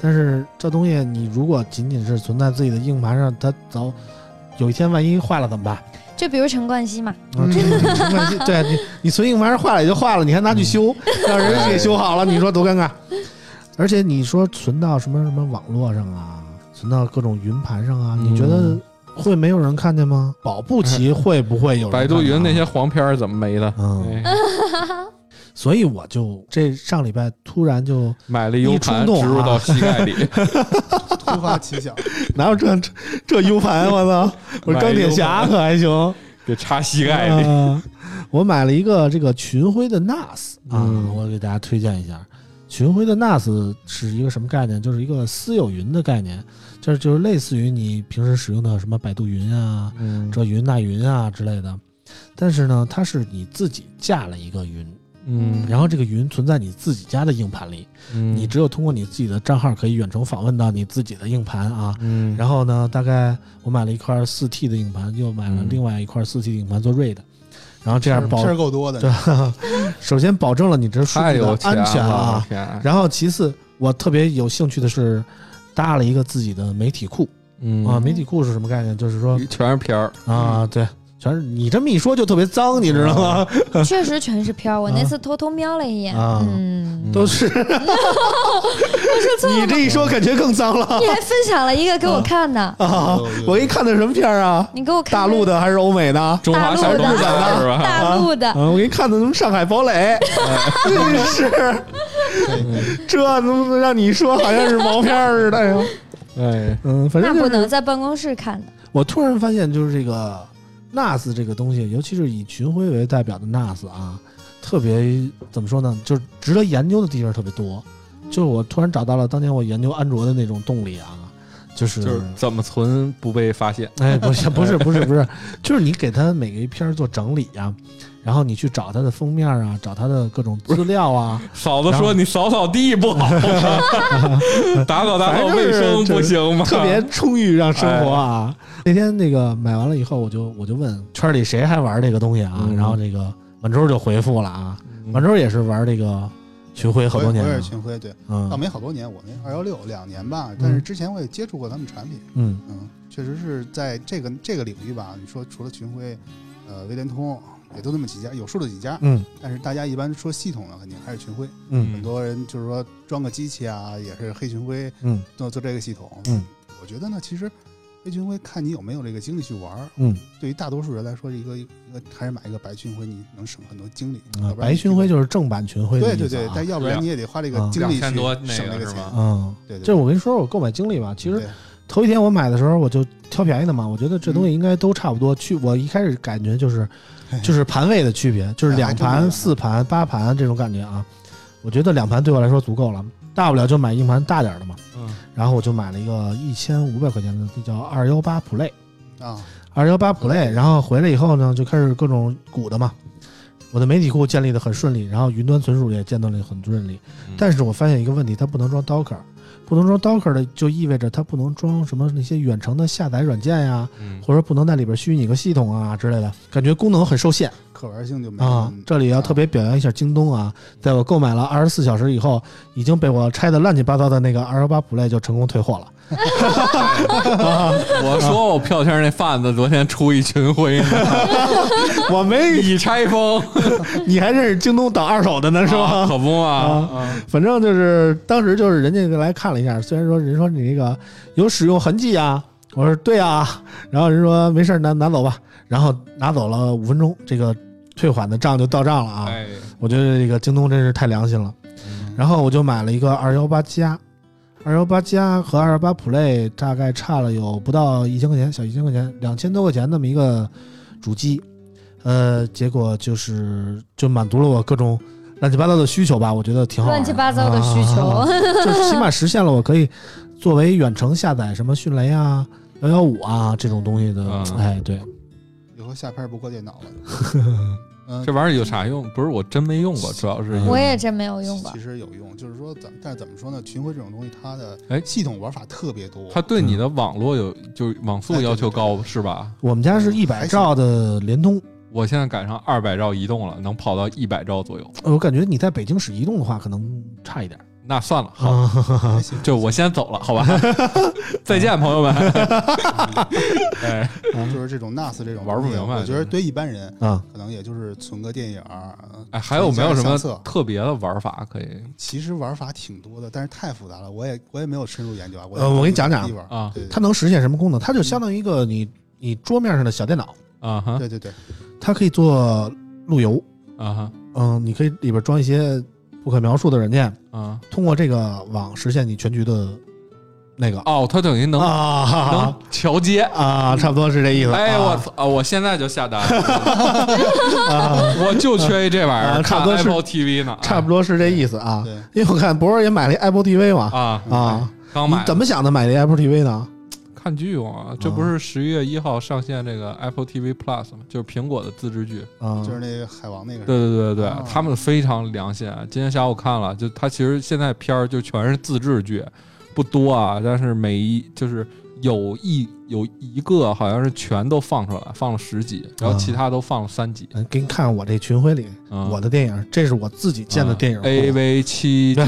但是这东西你如果仅仅是存在自己的硬盘上，它早有一天万一坏了怎么办？
就比如陈冠希嘛，
啊这个没关系对你，你存硬盘坏了也就坏了，你还拿去修，让人给修好了，你说多尴尬。而且你说存到什么什么网络上啊，存到各种云盘上啊，你觉得
嗯
会没有人看见吗？保不齐会不会有人
百度
看见啊
云那些黄片儿怎么没的？
嗯，
哎
所以我就这上礼拜突然就
买了
一
U
冲
盘
动啊
植入到膝盖里，
突发奇想，
哪有这这这 U 盘，我操！我钢铁侠可还行。
给插膝盖里。
啊我买了一个这个群晖的 NAS 啊，
嗯
我给大家推荐一下。群晖的 NAS 是一个什么概念？就是一个私有云的概念，就是就是类似于你平时使用的什么百度云啊、
嗯
这云那云啊之类的。但是呢，它是你自己架了一个云，
嗯
然后这个云存在你自己家的硬盘里，你
你
只有通过你自己的账号可以远程访问到你自己的硬盘啊。
嗯
然后呢，大概我买了一块四 T 的硬盘，又买了
嗯
另外一块四 T 的硬盘做 RAID，然后这样 保
事儿够多的
对。，首先保证了你这数
太
据的
有
安全
了
啊，。
天
然后其次，我特别有兴趣的是搭了一个自己的媒体库
嗯
啊，媒体库是什么概念？就是说
全是片儿，
啊，对，全是你这么一说就特别脏，你知道吗？
嗯
确实全是片儿。我那
啊
次偷偷瞄了一眼，
啊
嗯，
都 是，你这一说感觉更脏了
你还分享了一个给我看的，
啊！ 我给你看的什么片儿啊？
你给我看
大陆
的，
的还是欧美的？
中华小东
大
陆的
是吧？
大陆的，
啊，我给你看的什么上海堡垒，真是这怎么让你说好像是毛片儿似的呀？
哎，
嗯，反
那
正就
不
是
能在办公室看的。
我突然发现，就是这个 NAS 这个东西，尤其是以群晖为代表的 NAS 啊，特别怎么说呢？就是值得研究的地方特别多。就是我突然找到了当年我研究安卓的那种动力啊，就是
就是怎么存不被发现？
哎，不是不是不是不是，就是你给它每个一篇儿做整理啊，然后你去找它的封面啊，找它的各种资料啊。
嫂子
然后
说你扫扫地不 好，打扫打扫
反正
卫
就是
生不行 吗？
特别充裕，让生活啊。
哎
那天那个买完了以后，我就我就问圈里谁还玩这个东西啊？
嗯
然后这个满洲就回复了啊，
嗯
满洲也是玩这个巡回好多年
我也
了
是，群晖，对，倒
嗯
没好多年，我那二幺六两年吧，但是之前我也接触过他们产品，
嗯
嗯，确实是在这个这个领域吧，你说除了群晖，呃，微联通也都那么几家，有数的几家，
嗯
但是大家一般说系统呢，肯定还是群晖，很
嗯
多人就是说装个机器啊，也是黑群晖
嗯
做做这个系统，
嗯，
我觉得呢，其实黑群晖看你有没有这个精力去玩儿，
嗯
对于大多数人来说，一个一个还是买一个白群晖，你能省很多精力，
啊
要，不然
白
你
巡晖就是正版巡晖的
对
意
对
思
对
啊，
但要不然你也得花这个
啊
精力去
2000多那
省
个是
这钱
吗，
嗯。
对对，
这我跟你说，我购买经历吧，其实
对
头一天我买的时候，我就挑便宜的嘛，我觉得这东
嗯
西应该都差不多。去，我一开始感觉就是就是盘位的区别，就是
哎
两
还真不一
盘、
样
四盘、八盘这种感觉啊。我觉得两盘对我来说足够了，大不了就买硬盘大点儿的嘛。
嗯
然后我就买了一个一千五百块钱的，那叫二幺八 Play，
啊，
二幺八 Play。然后回来以后呢，就开始各种鼓的嘛。我的媒体库建立的很顺利，然后云端存储也建立的很顺利。但是我发现一个问题，它不能装 Docker，不能装 Docker 的就意味着它不能装什么那些远程的下载软件呀、
嗯
或者说不能在里边虚拟个系统啊之类的，感觉功能很受限
可玩性就没
啊
那么。
这里要特别表扬一下京东啊，在我购买了二十四小时以后，已经被我拆的乱七八糟的那个二幺八 Play 就成功退货了。
我说我票圈那贩子昨天出一群灰
哎
呢，
我没，
已拆封
你还认识京东挡二手的呢是
啊
吧？
可不嘛，
啊，反正就是当时就是人家来看了一下，虽然说人说你这个有使用痕迹啊，我说对啊，然后人说没事儿拿拿走吧，然后拿走了五分钟，这个退款的账就到账了啊。
哎，
我觉得这个京东真是太良心了。然后我就买了一个二幺八加，二幺八加和二幺八 Play 大概差了有不到一千块钱，小一千块钱，两千多块钱那么一个主机，呃，结果就是就满足了我各种乱七八糟的需求吧，我觉得挺好玩
乱
的。
七八糟的需求，
啊就是起码实现了我可以作为远程下载什么迅雷啊、幺幺五啊这种东西的，
嗯
哎，对，
以后下片儿不过电脑了。 嗯
这，玩意儿有啥用？不是我真没用过，主要是因为
我也真没有用过
其。实有用，就是说怎，但是怎么说呢？群晖这种东西，它的
哎
系统玩法特别多。
它对你
嗯
的网络有就是网
哎
速要求高是吧？
我们家是一百
还行
兆的联通，
我现在赶上二百兆移动了，能跑到一百兆左右。
呃我感觉你在北京使移动的话，可能差一点。
那算了，
啊
好，就我先走了，好吧， 再见，朋友们。哎，
就是这种 NAS 这种
玩不
东西
明白
我觉得对一般人
啊，
可能也就是存个电影儿。呃
哎，还有没有什
存
么
一下相册
特别的玩法可以
其实玩法挺多的，但是太复杂了，我也我也没有深入研究啊。
呃我给你讲讲
一玩
啊
对对
它能实现什么功能？它就相当于一个你你桌面上的小电脑，
啊哈
对对对，
它可以做路由，
啊哈
嗯，你可以里边装一些不可描述的软件，
啊
通过这个网实现你全局的那个
哦，它等于能
啊
能桥接。
啊，差不多是这意思。
哎，
啊
我操！啊我现在就下 单，
啊，
我就缺一这玩意
啊
儿，
差
看
不多是
Apple TV 呢，
差不多是这意思啊。
对
因为我看博儿也买了一 Apple TV 嘛
啊，
啊，
刚
你
买
怎么想的买这 Apple TV 呢？
看剧啊？这不是十一月一号上线这个 Apple TV Plus 吗？就是苹果的自制剧。
啊，
就是那个海王那个。
对对对对，
哦
他们非常良心。啊！今天下午看了，就他其实现在片儿就全是自制剧，不多啊，但是每一就是有一有一个好像是全都放出来，放了十集，然后其他都放了三集。
嗯给你看我这群徽里
嗯、
我的电影，这是我自己建的电影。
A V 七九，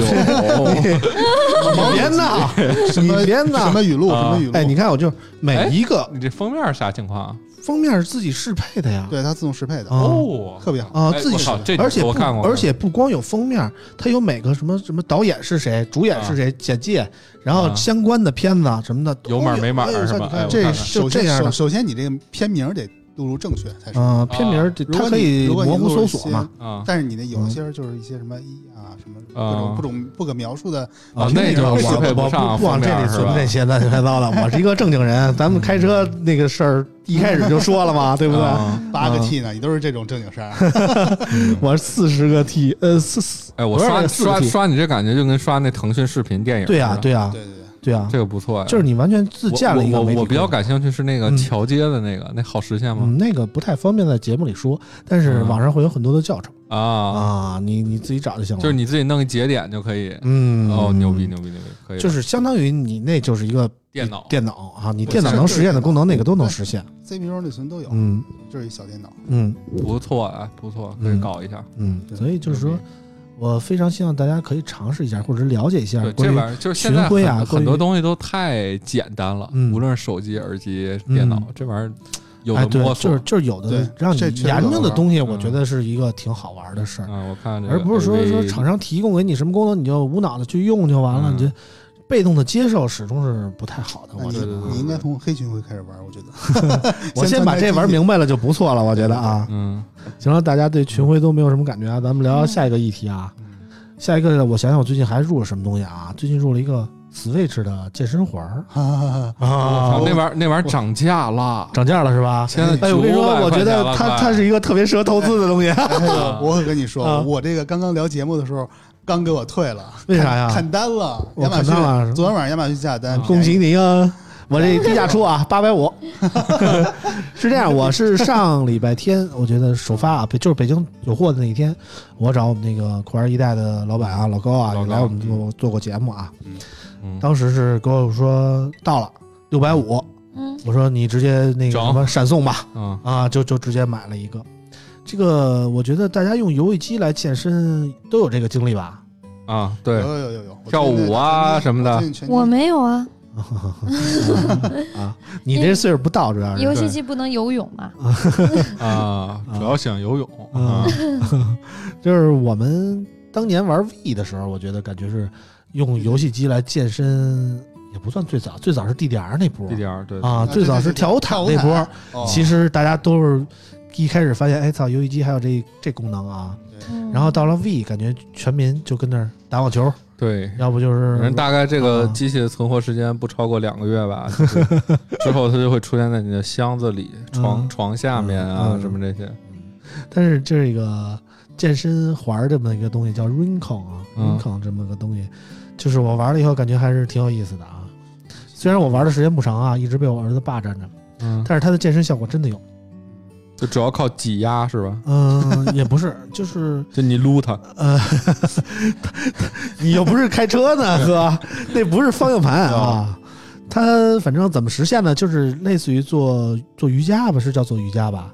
你别闹，你别
什
闹
么。语录？什
啊
么语录？
哎，你看我就是每一个
你这封面是啥情况啊？
封面是自己适配的呀。
对它自动适配的，
啊
哦，
特别好。
啊，
哎
自己
我
适
操
配
这
而且
我
不
看过
而且不光有封面，它有每个什么什么导演是谁，主演是谁，简介，然后
啊
相关的片子啊什么的，都
有码没码
哎呦
是
你
吧？
看
哎，我
这
看看
是
首
就这
先，
样
首
的
首先你这个片名儿得录入正确才是。
嗯，片名儿这
啊如
它
果
可
你
以
如果你
模糊
录
搜
了
索
些
嘛，嗯
啊
但是你的有一些就是一些什么一啊什么各种
啊
各种不可描述的
啊，
听
那
你的
就
我
适配
我
上
不不往这里存这
些，
些乱七八糟的，我是一个正经人，咱们开车那个事儿一开始就说了嘛，对不对？
嗯啊
八个 T
嗯
呢，你都是这种正经 事儿。啊
我是四十个 T，呃，四四，
哎，我
不是
刷
四个
刷
T
刷你这感觉就跟刷那腾讯视频电影
对
似
呀，
的，
对呀，
对对对，
对啊呀，
这个不错呀，
就是你完全自建了一个
啊我
媒
我
体
我比较
功能
感兴趣是那个
嗯
桥接的那个，那好实现吗？
嗯，那个不太方便在节目里说，但是
嗯
网上会有很多的教程
啊，
啊，你你自己找就行了。
就是你自己弄个节点就可以。
嗯，
哦，牛逼牛逼牛逼，可以的。
就是相当于你那就是一个
电脑
电脑啊，你
我
电脑
是
能
就是
实现的
电脑
功能，那个都能实现。
CPU 内存都有，
嗯
就是一小电脑。
嗯
不错啊，不错，可以
嗯
搞一下。
嗯，所以就是说
牛逼，
我非常希望大家可以尝试一下，或者了解一下
对，
关
这
于
玩意儿就是现在
巡回啊
很
关于
很多东西都太简单了，
嗯
无论是手机、耳机、电脑
嗯，
这玩意儿有
哎，
的
对
摸，
就是
索。
就是有的
对
让你
这确实
研
有
究
的
的
玩儿
东西，我
嗯
觉得是一个挺好玩的事儿，
嗯，我看这个
而不是说
AV
说厂商提供给你什么功能，你就无脑的去用就完了，
嗯
你就被动的接受始终是不太好的。
那
我
你
觉得
对
啊
对
你应该从黑群会开始玩，我 觉得。
我先把这玩明白了就不错了，我觉得啊。
嗯，
行了，大家对群晖都没有什么感觉啊，咱们聊聊下一个议题啊。
嗯
下一个，我想想，我最近还入了什么东西啊？最近入了一个 Switch 的健身环儿
白。
啊
我操那玩意儿那玩意儿涨价了，
涨价了是吧？
现在
哎，我跟你说，我
900
觉
块钱
得
了
它
快
它是一个特别适合投资的东西，
啊
我可跟你说，
啊
我这个刚刚聊节目的时候，刚给我退了，
为啥呀
砍砍单了，
啊我
亚马
砍单了
逊。昨天晚上亚马逊下单，
恭喜你啊！我 这低价出啊，八百五。是这样，我是上礼拜天，我觉得首发啊，北就是北京有货的那一天，我找我们那个酷玩一代的老板啊，老高啊，
老
也
高
来我们做做过节目啊。
嗯
当时是跟我说到了六百五，
嗯，
我说你直接那个
整
什么闪送吧，
嗯
啊，就就直接买了一个。这个我觉得大家用游戏机来健身都有这个经历吧？
啊，
有
哦
对，
有有有有我
跳舞啊
最近
什么的
我最近全
我没有啊，
啊，你这岁数不到，主要是
游戏机不能游泳嘛，
啊，
哦
主要想游泳
啊
啊，，
就是我们当年玩 V 的时候，我觉得感觉是用游戏机来健身，也不算最早，最早是 DDR 那波
，D D R 对
啊，最早是跳舞毯那波。
哦
其实大家都是一开始发现，哎操，游戏机还有这这功能啊。
嗯
然后到了 V，感觉全民就跟那儿打网球，
对，
要不就是
人大概这个
啊
机器的存活时间不超过两个月吧，就是 之后它就会出现在你的箱子里、床
嗯
床下面啊
嗯嗯
什么这些。
但是这个健身环儿这么一个东西叫 Rincon 啊、
嗯
r i n c o n 这么个东西，就是我玩了以后感觉还是挺有意思的啊。虽然我玩的时间不长啊，一直被我儿子霸占着，
嗯，
但是它的健身效果真的有。
就主要靠挤压是吧？
嗯、 也不是，就是
就你撸它，
呃，你又不是开车呢，哥， 那不是方向盘啊。它反正怎么实现呢？就是类似于做做瑜伽吧，是叫做瑜伽吧？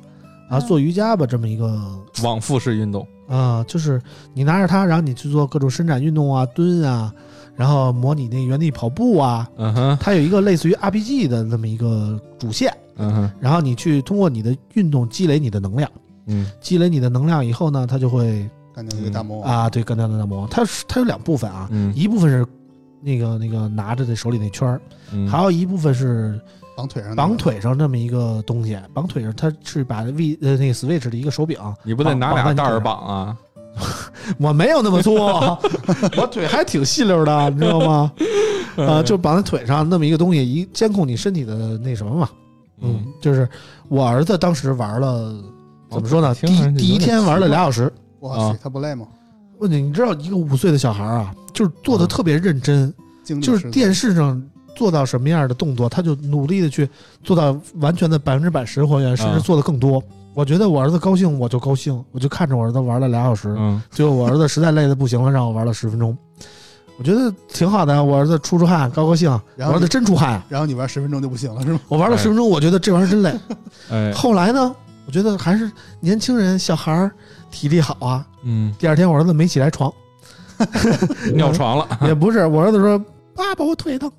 啊，做瑜伽吧，这么一个
往复式运动，
啊、就是你拿着它，然后你去做各种伸展运动啊、蹲啊，然后模拟那原地跑步啊。
嗯哼，
它有一个类似于 RPG 的那么一个主线，
嗯哼，
然后你去通过你的运动积累你的能量，
嗯
积累你的能量以后呢，它就会
干掉一个大魔王，
啊，对，干掉那大魔王。它是它有两部分啊，
哦嗯
一部分是那个那个拿着这手里那圈儿，
嗯，
还有一部分是
绑腿上那个
绑，腿上这么一个东西，绑腿上它是把 V 呃那个 Switch 的一个手柄，
你不得拿
绑
俩
绑在
带
你
儿
腿上
绑啊？
我没有那么粗， 我腿还挺细溜的，你知道 吗？
嗯
啊，就绑在腿上那么一个东西，一监控你身体的那什么嘛。嗯，就是我儿子当时玩了，怎么说呢？
哦听上
第
去
第
有
一
点
天玩了俩小时。
哇
啊
塞，他不累吗？
问你，你知道一个五岁的小孩啊，就是做的
嗯
特别认真，
精力
就是电视上做到什么样的动作，他就努力的去做到完全的百分之百实还原，甚至
嗯
做的更多。我觉得我儿子高兴，我就高兴，我就看着我儿子玩了俩小时。
嗯
最后我儿子实在累的不行了，让我玩了十分钟，我觉得挺好的。我儿子出出汗，高高兴。我
然后
儿子真出汗啊，
然后你玩十分钟就不行了 是吗？
我玩了
哎
十分钟，我觉得这玩意儿真累。
哎，
后来呢，我觉得还是年轻人小孩儿体力好啊。
嗯，
第二天我儿子没起来床，嗯
尿床了，
也不是，我儿子说：“爸爸，我腿疼。”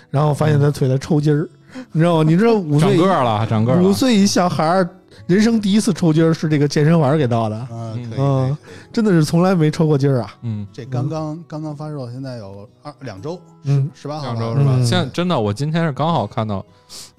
然后我发现他腿在抽筋 儿，你知道吗？你知道五
长
岁
个儿了，长个儿
五
了，
岁一小孩儿人生第一次抽筋儿是这个健身环儿给到的，
啊，可以
嗯
可以可
嗯
以，
真的是从来没抽过筋儿啊。
嗯，
这刚刚刚刚发售，现在有二两周，
嗯
十八号
两
吧
周是吧？
嗯
现在真的，我今天是刚好看到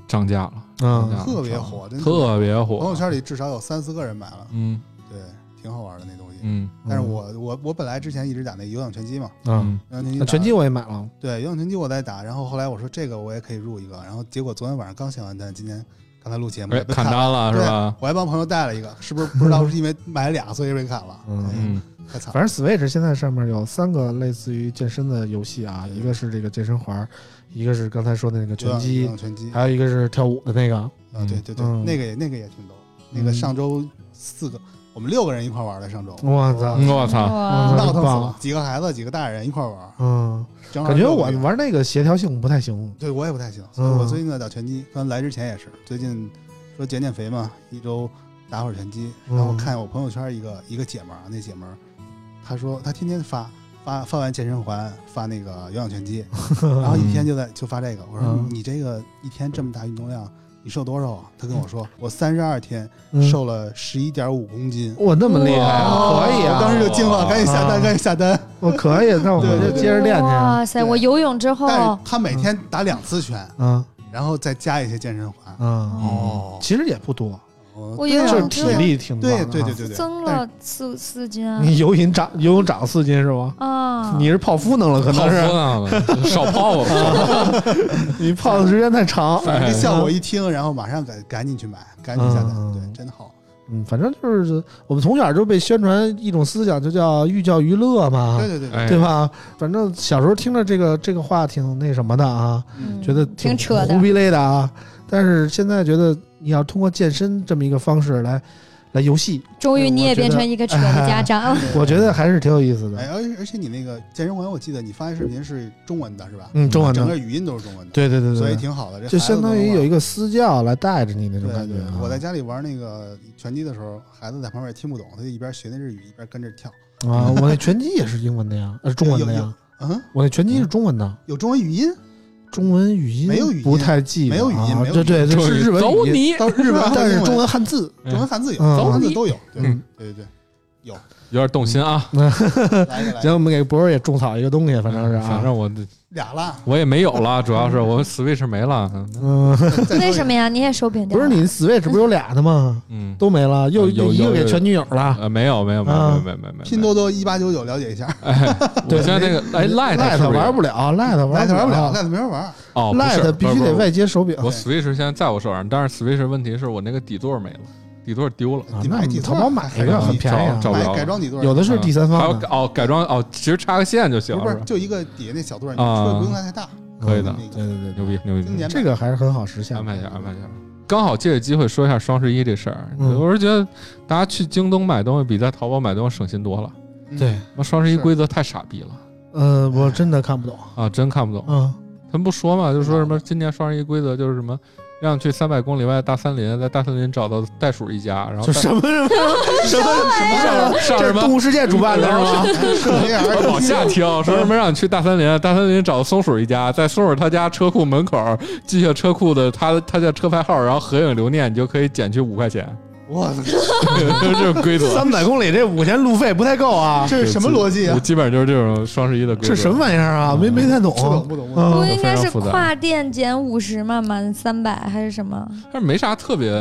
涨价了，
嗯
涨价了
特别火真的
特别火，
朋
哦
友圈里至少有三四个人买了，
嗯
对，挺好玩的那东西。
嗯
但是我我我本来之前一直打那有氧拳击嘛，
哎
嗯，
有氧拳击
那
打
拳击我也买了。
对有氧拳击我在打，然后后来我说这个我也可以入一个，然后结果昨天晚上刚下完单，今天刚才录节目
哎，
被
砍单了是吧？
我还帮朋友带了一个，是不是不知道是因为买俩所以被砍了？
嗯
哎呀
嗯，
太惨了。
反正 Switch 现在上面有三个类似于健身的游戏啊，一个是这个健身环儿，一个是刚才说的那个拳
有
击
氧，拳击啊，啊
还有一个是跳舞的那个。
对对对，
嗯
那个也那个也挺逗。那个上周四个，我们六个人一块玩的，上周
我操！
我操，
嗯
闹腾死
哦棒
了，几个孩子几个大人一块玩，
嗯，
正好
感觉
六个
我
人
玩那个协调性不太行。
对我也不太行，所以
嗯
我最近在打拳击。刚来之前也是，最近说减减肥嘛，一周打会儿拳击。
嗯
然后我看我朋友圈一个一个姐们儿啊，那姐们儿她说她天天发发发完健身环发那个有氧 拳击，然后一天就在就发这个。我说
嗯
你这个一天这么大运动量，你瘦多少啊？她跟我说我三十二天
嗯
瘦了十一点五公斤。
我那么厉害啊，
哇
可以
我
啊！
当时就惊了，赶紧下
啊
单，赶紧下单。
我可以，那我回去接着练去啊。
哇塞！
对
我游泳之
但是
后，
她每天打两次拳，
哦
嗯
然后再加一些健身环。
嗯，
哦
其实也不多，
我
我游
就是
泳
体
之后
力挺
对
棒的
对
哈
对对对，
增
但是
了四四斤啊
你游泳长游泳长四斤是吗？
啊！
你是泡芙能了，可
泡
能
芙
是啊
呢，啊少泡吧，
你泡的时间太长。
反正这
哎
效果一听，然后马上赶赶紧去买，赶紧下单，
嗯
对，真好。
嗯，反正就是我们从小就被宣传一种思想，就叫寓教于乐嘛，
对对对对，
哎
对吧？反正小时候听着这个这个话挺那什么的啊，
嗯
觉得
挺扯的
胡逼类的啊。但是现在觉得你要通过健身这么一个方式来来游戏，
终于你
我
也
觉
变
得哎
成一个扯的家长了。
我觉得还是挺有意思
哎，
的。
而而且你那个健身环，我记得你发的视频是中文的，是吧？
嗯，中文
整
的，
个语音都是中文的，
对对对
所以
对对，
挺好的。这
就相当于有一
个
个私教来带着你那种
对
感觉
对
啊。，
我在家里玩那个拳击的时候，孩子在旁边听不懂，他就一边学那日语一边跟着跳。
啊，我那拳击也是英文的呀，呃，中文的
有
呀
有。嗯，
我那拳击是中文的，
有中文语音，
中文语音
没有语音
不太记得啊，
没有语音没有
对对，
就
对是日文
走
语音，
你，
到日文
但是中
文
文汉字
中文汉字有，
嗯
中文汉字都有。对
嗯
对对对，
有点动心啊，
对来一个来一
行，
个
我们给博儿也种草一个东西，反正是啊，
反正我
俩了，
我也没有了，主要是我 Switch 没了，
嗯，
为什么呀？你也手柄掉
不
了？
是你 Switch 不是有俩的吗？
嗯，
都没了，又
有
一
有
个给
有
前女友了，
呃，没有没有没有
啊
没有没有没有，
拼多多一八九九了解一下，
我现在那个哎 Lite
赖
是
他
不是有
玩不了，赖他
赖
玩
他玩不了，
了
赖他没法玩。
哦，不
赖
是
他必
不是
须
不
得哎
是
外接手柄
我 Switch 现在在我手上，但是 Switch 问题是我那个底座没了，底座丢了，
啊
你，
那
买
你
底座
淘宝买一个
还
很便宜啊
找，不着
买
了
改装底座，
有的是第三
还
方
有
的，
哦改装哦，其实插个线就行
不
了，
是
是
不
吧
是，就一个底下那小座，你
啊
车不用太大。
可以的
嗯对对
牛
对
逼牛逼
今
牛
年
逼，
对，这个还是很好实现的，
安排一下安排一下。刚好借着机会说一下双十一这事儿，
嗯
我是觉得大家去京东买东西比在淘宝买东西省心多了。
嗯
对，
那双十一
是
规则太傻逼了
呃，我真的看不懂，
啊，真看不懂。
嗯
他们不说嘛，就说什么今年双十一规则就是什么让去三百公里外的大森林，在大森林找到袋鼠一家，然
嗯
后
就什么什么什么什么这
上什
是
么嗯
动物世界主办的是吗？
哎
往下听，说什么让你去大森林，大森林找松鼠一家，在松鼠他家车库门口记下车库的他他家车牌号，然后合影留念，你就可以减去五块钱，
我操，
就是这种规则。
三百公里这五钱路费不太够啊，
这是什么逻辑啊？
基本上就是这嗯种双十一的规则。
这什么玩意儿啊？没没太懂
不懂不懂不懂。
不
啊。
应该
非
是
常复杂
跨店减五十吗？满三百还是什么？
但是没啥特别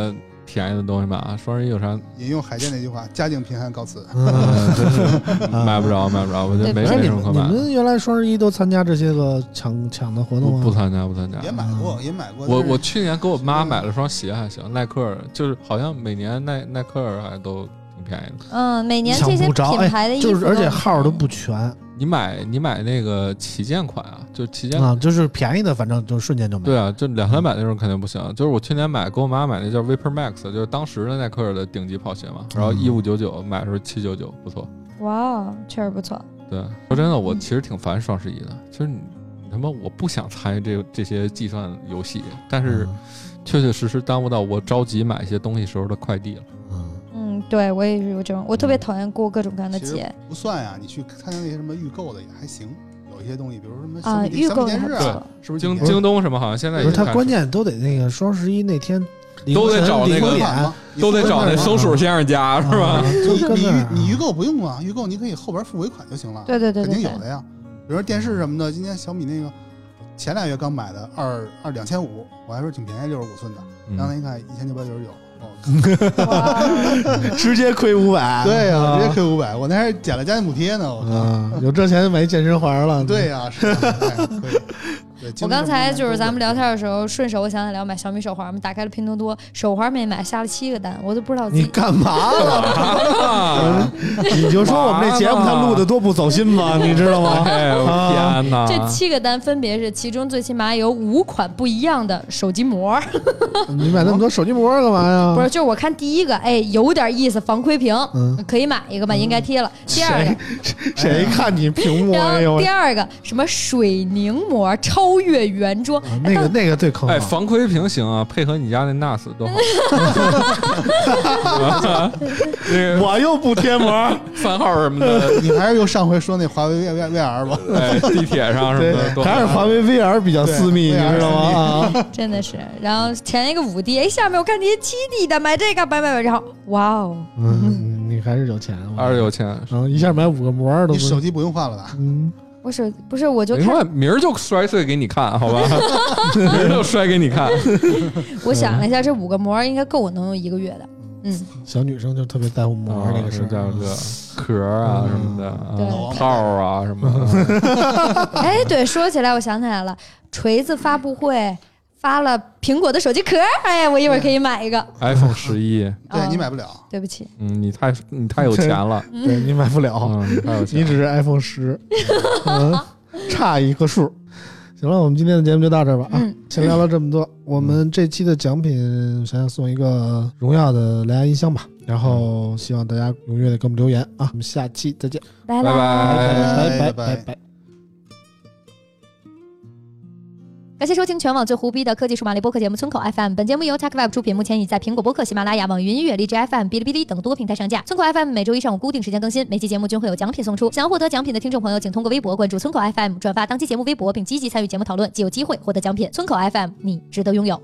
便宜的东西吧？啊双十一有啥
引用海淀那句话：“家境贫寒告辞。
嗯
真是
啊
买不着，买不着，我觉得没
哎，
没
你
什么
们
可
你
买的。
们原来双十一都参加这些个抢抢的活动啊
不
吗？
不参加，不参加”
也。买过，也买过。
啊我
但是
我去年给我妈买了双鞋，还行，耐克儿，就是好像每年耐耐克儿还都挺便宜的。
嗯，每年这
抢
些
不着哎
品牌的衣服
就
都，
是而且号儿都不全
你买你买那个旗舰款啊，就是旗舰。
啊，就是便宜的，反正就瞬间就没。
对啊，就两三百那种肯定不行。就是我去年买，给我妈买那叫 Vapor Max，就是当时的耐克儿的顶级跑鞋嘛。然后
嗯
一五九九买的时候七九九，不错。
哇哦，确实不错。
对，说真的，我
嗯
其实挺烦双十一的。其实你你他妈，我不想参与这这些计算游戏，但是
嗯，
确确实实耽误到我着急买一些东西时候的快递了。
嗯
嗯，对我也是有这种，我特别讨厌过各种各样的
其实
节。
不算呀，你去参加那些什么预购的也还行，有一些东西，比如说什么
啊
小米
预购
小米电视
还不
啊
错，
是不是
京
几年
京东什么好像现在
不
也
是，他
开始
关键都得那个双十一那天凌
都得
晨
找那
零
个
点
晚嘛你
都得
不
找那
是
松鼠先生家 是吧？
啊
你
就跟
你
那儿啊
预你预购不用啊，预购你可以后边付尾款就行了，
对对对
肯
对
定
对
有，的呀。比如说电视什么的，今天小米那个前俩月刚买的二二两千五，我还说挺便宜，六十五寸的，然后
嗯
一看一千九百九十九，哦，
哇哦
直接亏五百。
对呀、
啊
直接亏五百，我那还减了家庭补贴呢，我靠，
啊，有这钱买健身环了。
对呀、是啊，哎可以。对
我刚才就是咱们聊天的时候，顺手我想起来我买小米手环嘛，打开了拼多多，手环没买，下了七个单，我都不知道自
你
己。
干嘛了？
啊！
你就说我们这节目他录的多不走心吧，你知道吗？
哎呦
啊
天哪！
这七个单分别是，其中最起码有五款不一样的手机膜，
你买那么多手机膜干嘛呀？
不是，就是我看第一个，哎，有点意思，防窥屏，
嗯
可以买一个吧，应该贴了。第二
谁
个，
哎
谁看你屏幕？哎
然
呦
后第，二个什么水凝膜超越原装，
啊那个那个最坑
哎，
了。
防窥屏行啊，配合你家那 NAS 多好。 那个
我又不贴膜，
番号什么 的，
你还是用上回说那华为 V VR 吧，
哎，地铁上什么
对
的，多，好
还是华为 VR 比较私密，
对
你知道吗？啊，
真的是。然后前一个五 D，哎，下面我看这些七 D 的，买这个，买买买，然后哇哦，
嗯，你还是有钱，
二十有钱。
然后一下买五个膜都
你
不
手机不用换了吧？
嗯，
我手不是，我就
没
看
关系，明儿就摔碎给你看， 好吧？明儿就摔给 你看。
我想了一下，这五个膜应该够我能用一个月的。 嗯，
小女生就特别在乎膜
啊
这个事
这样
儿。嗯
这壳儿啊什么的，啊
对
套儿啊什么 的，
哎，对，说起来我想起来了，锤子发布会发了苹果的手机壳，哎，我一会儿可以买一个。
iPhone 十一，
对
嗯
你买不了，
对不起，
嗯，你太你太有钱 了，
对你买不了，
嗯，你太有
你
钱
只
了。
是 iPhone 十，嗯，差一个数。行了，我们今天的节目就到这儿吧啊！
嗯，
先聊了这么多，我们这期的奖品想想送一个荣耀的蓝牙音箱吧，然后希望大家踊跃的给我们留言啊！我们下期再见，
拜
拜拜
拜拜拜
拜拜
拜。
感谢收听全网最胡逼的科技数码类播客节目《村口 FM》。本节目由 TechWeb 出品，目前已在苹果播客、喜马拉雅、网易云音乐、荔枝 FM、哔哩哔哩等多平台上架。村口 FM 每周一上午固定时间更新，每期节目均会有奖品送出。想要获得奖品的听众朋友，请通过微博关注村口 FM，转发当期节目微博，并积极参与节目讨论，即有机会获得奖品。村口 FM，你值得拥有。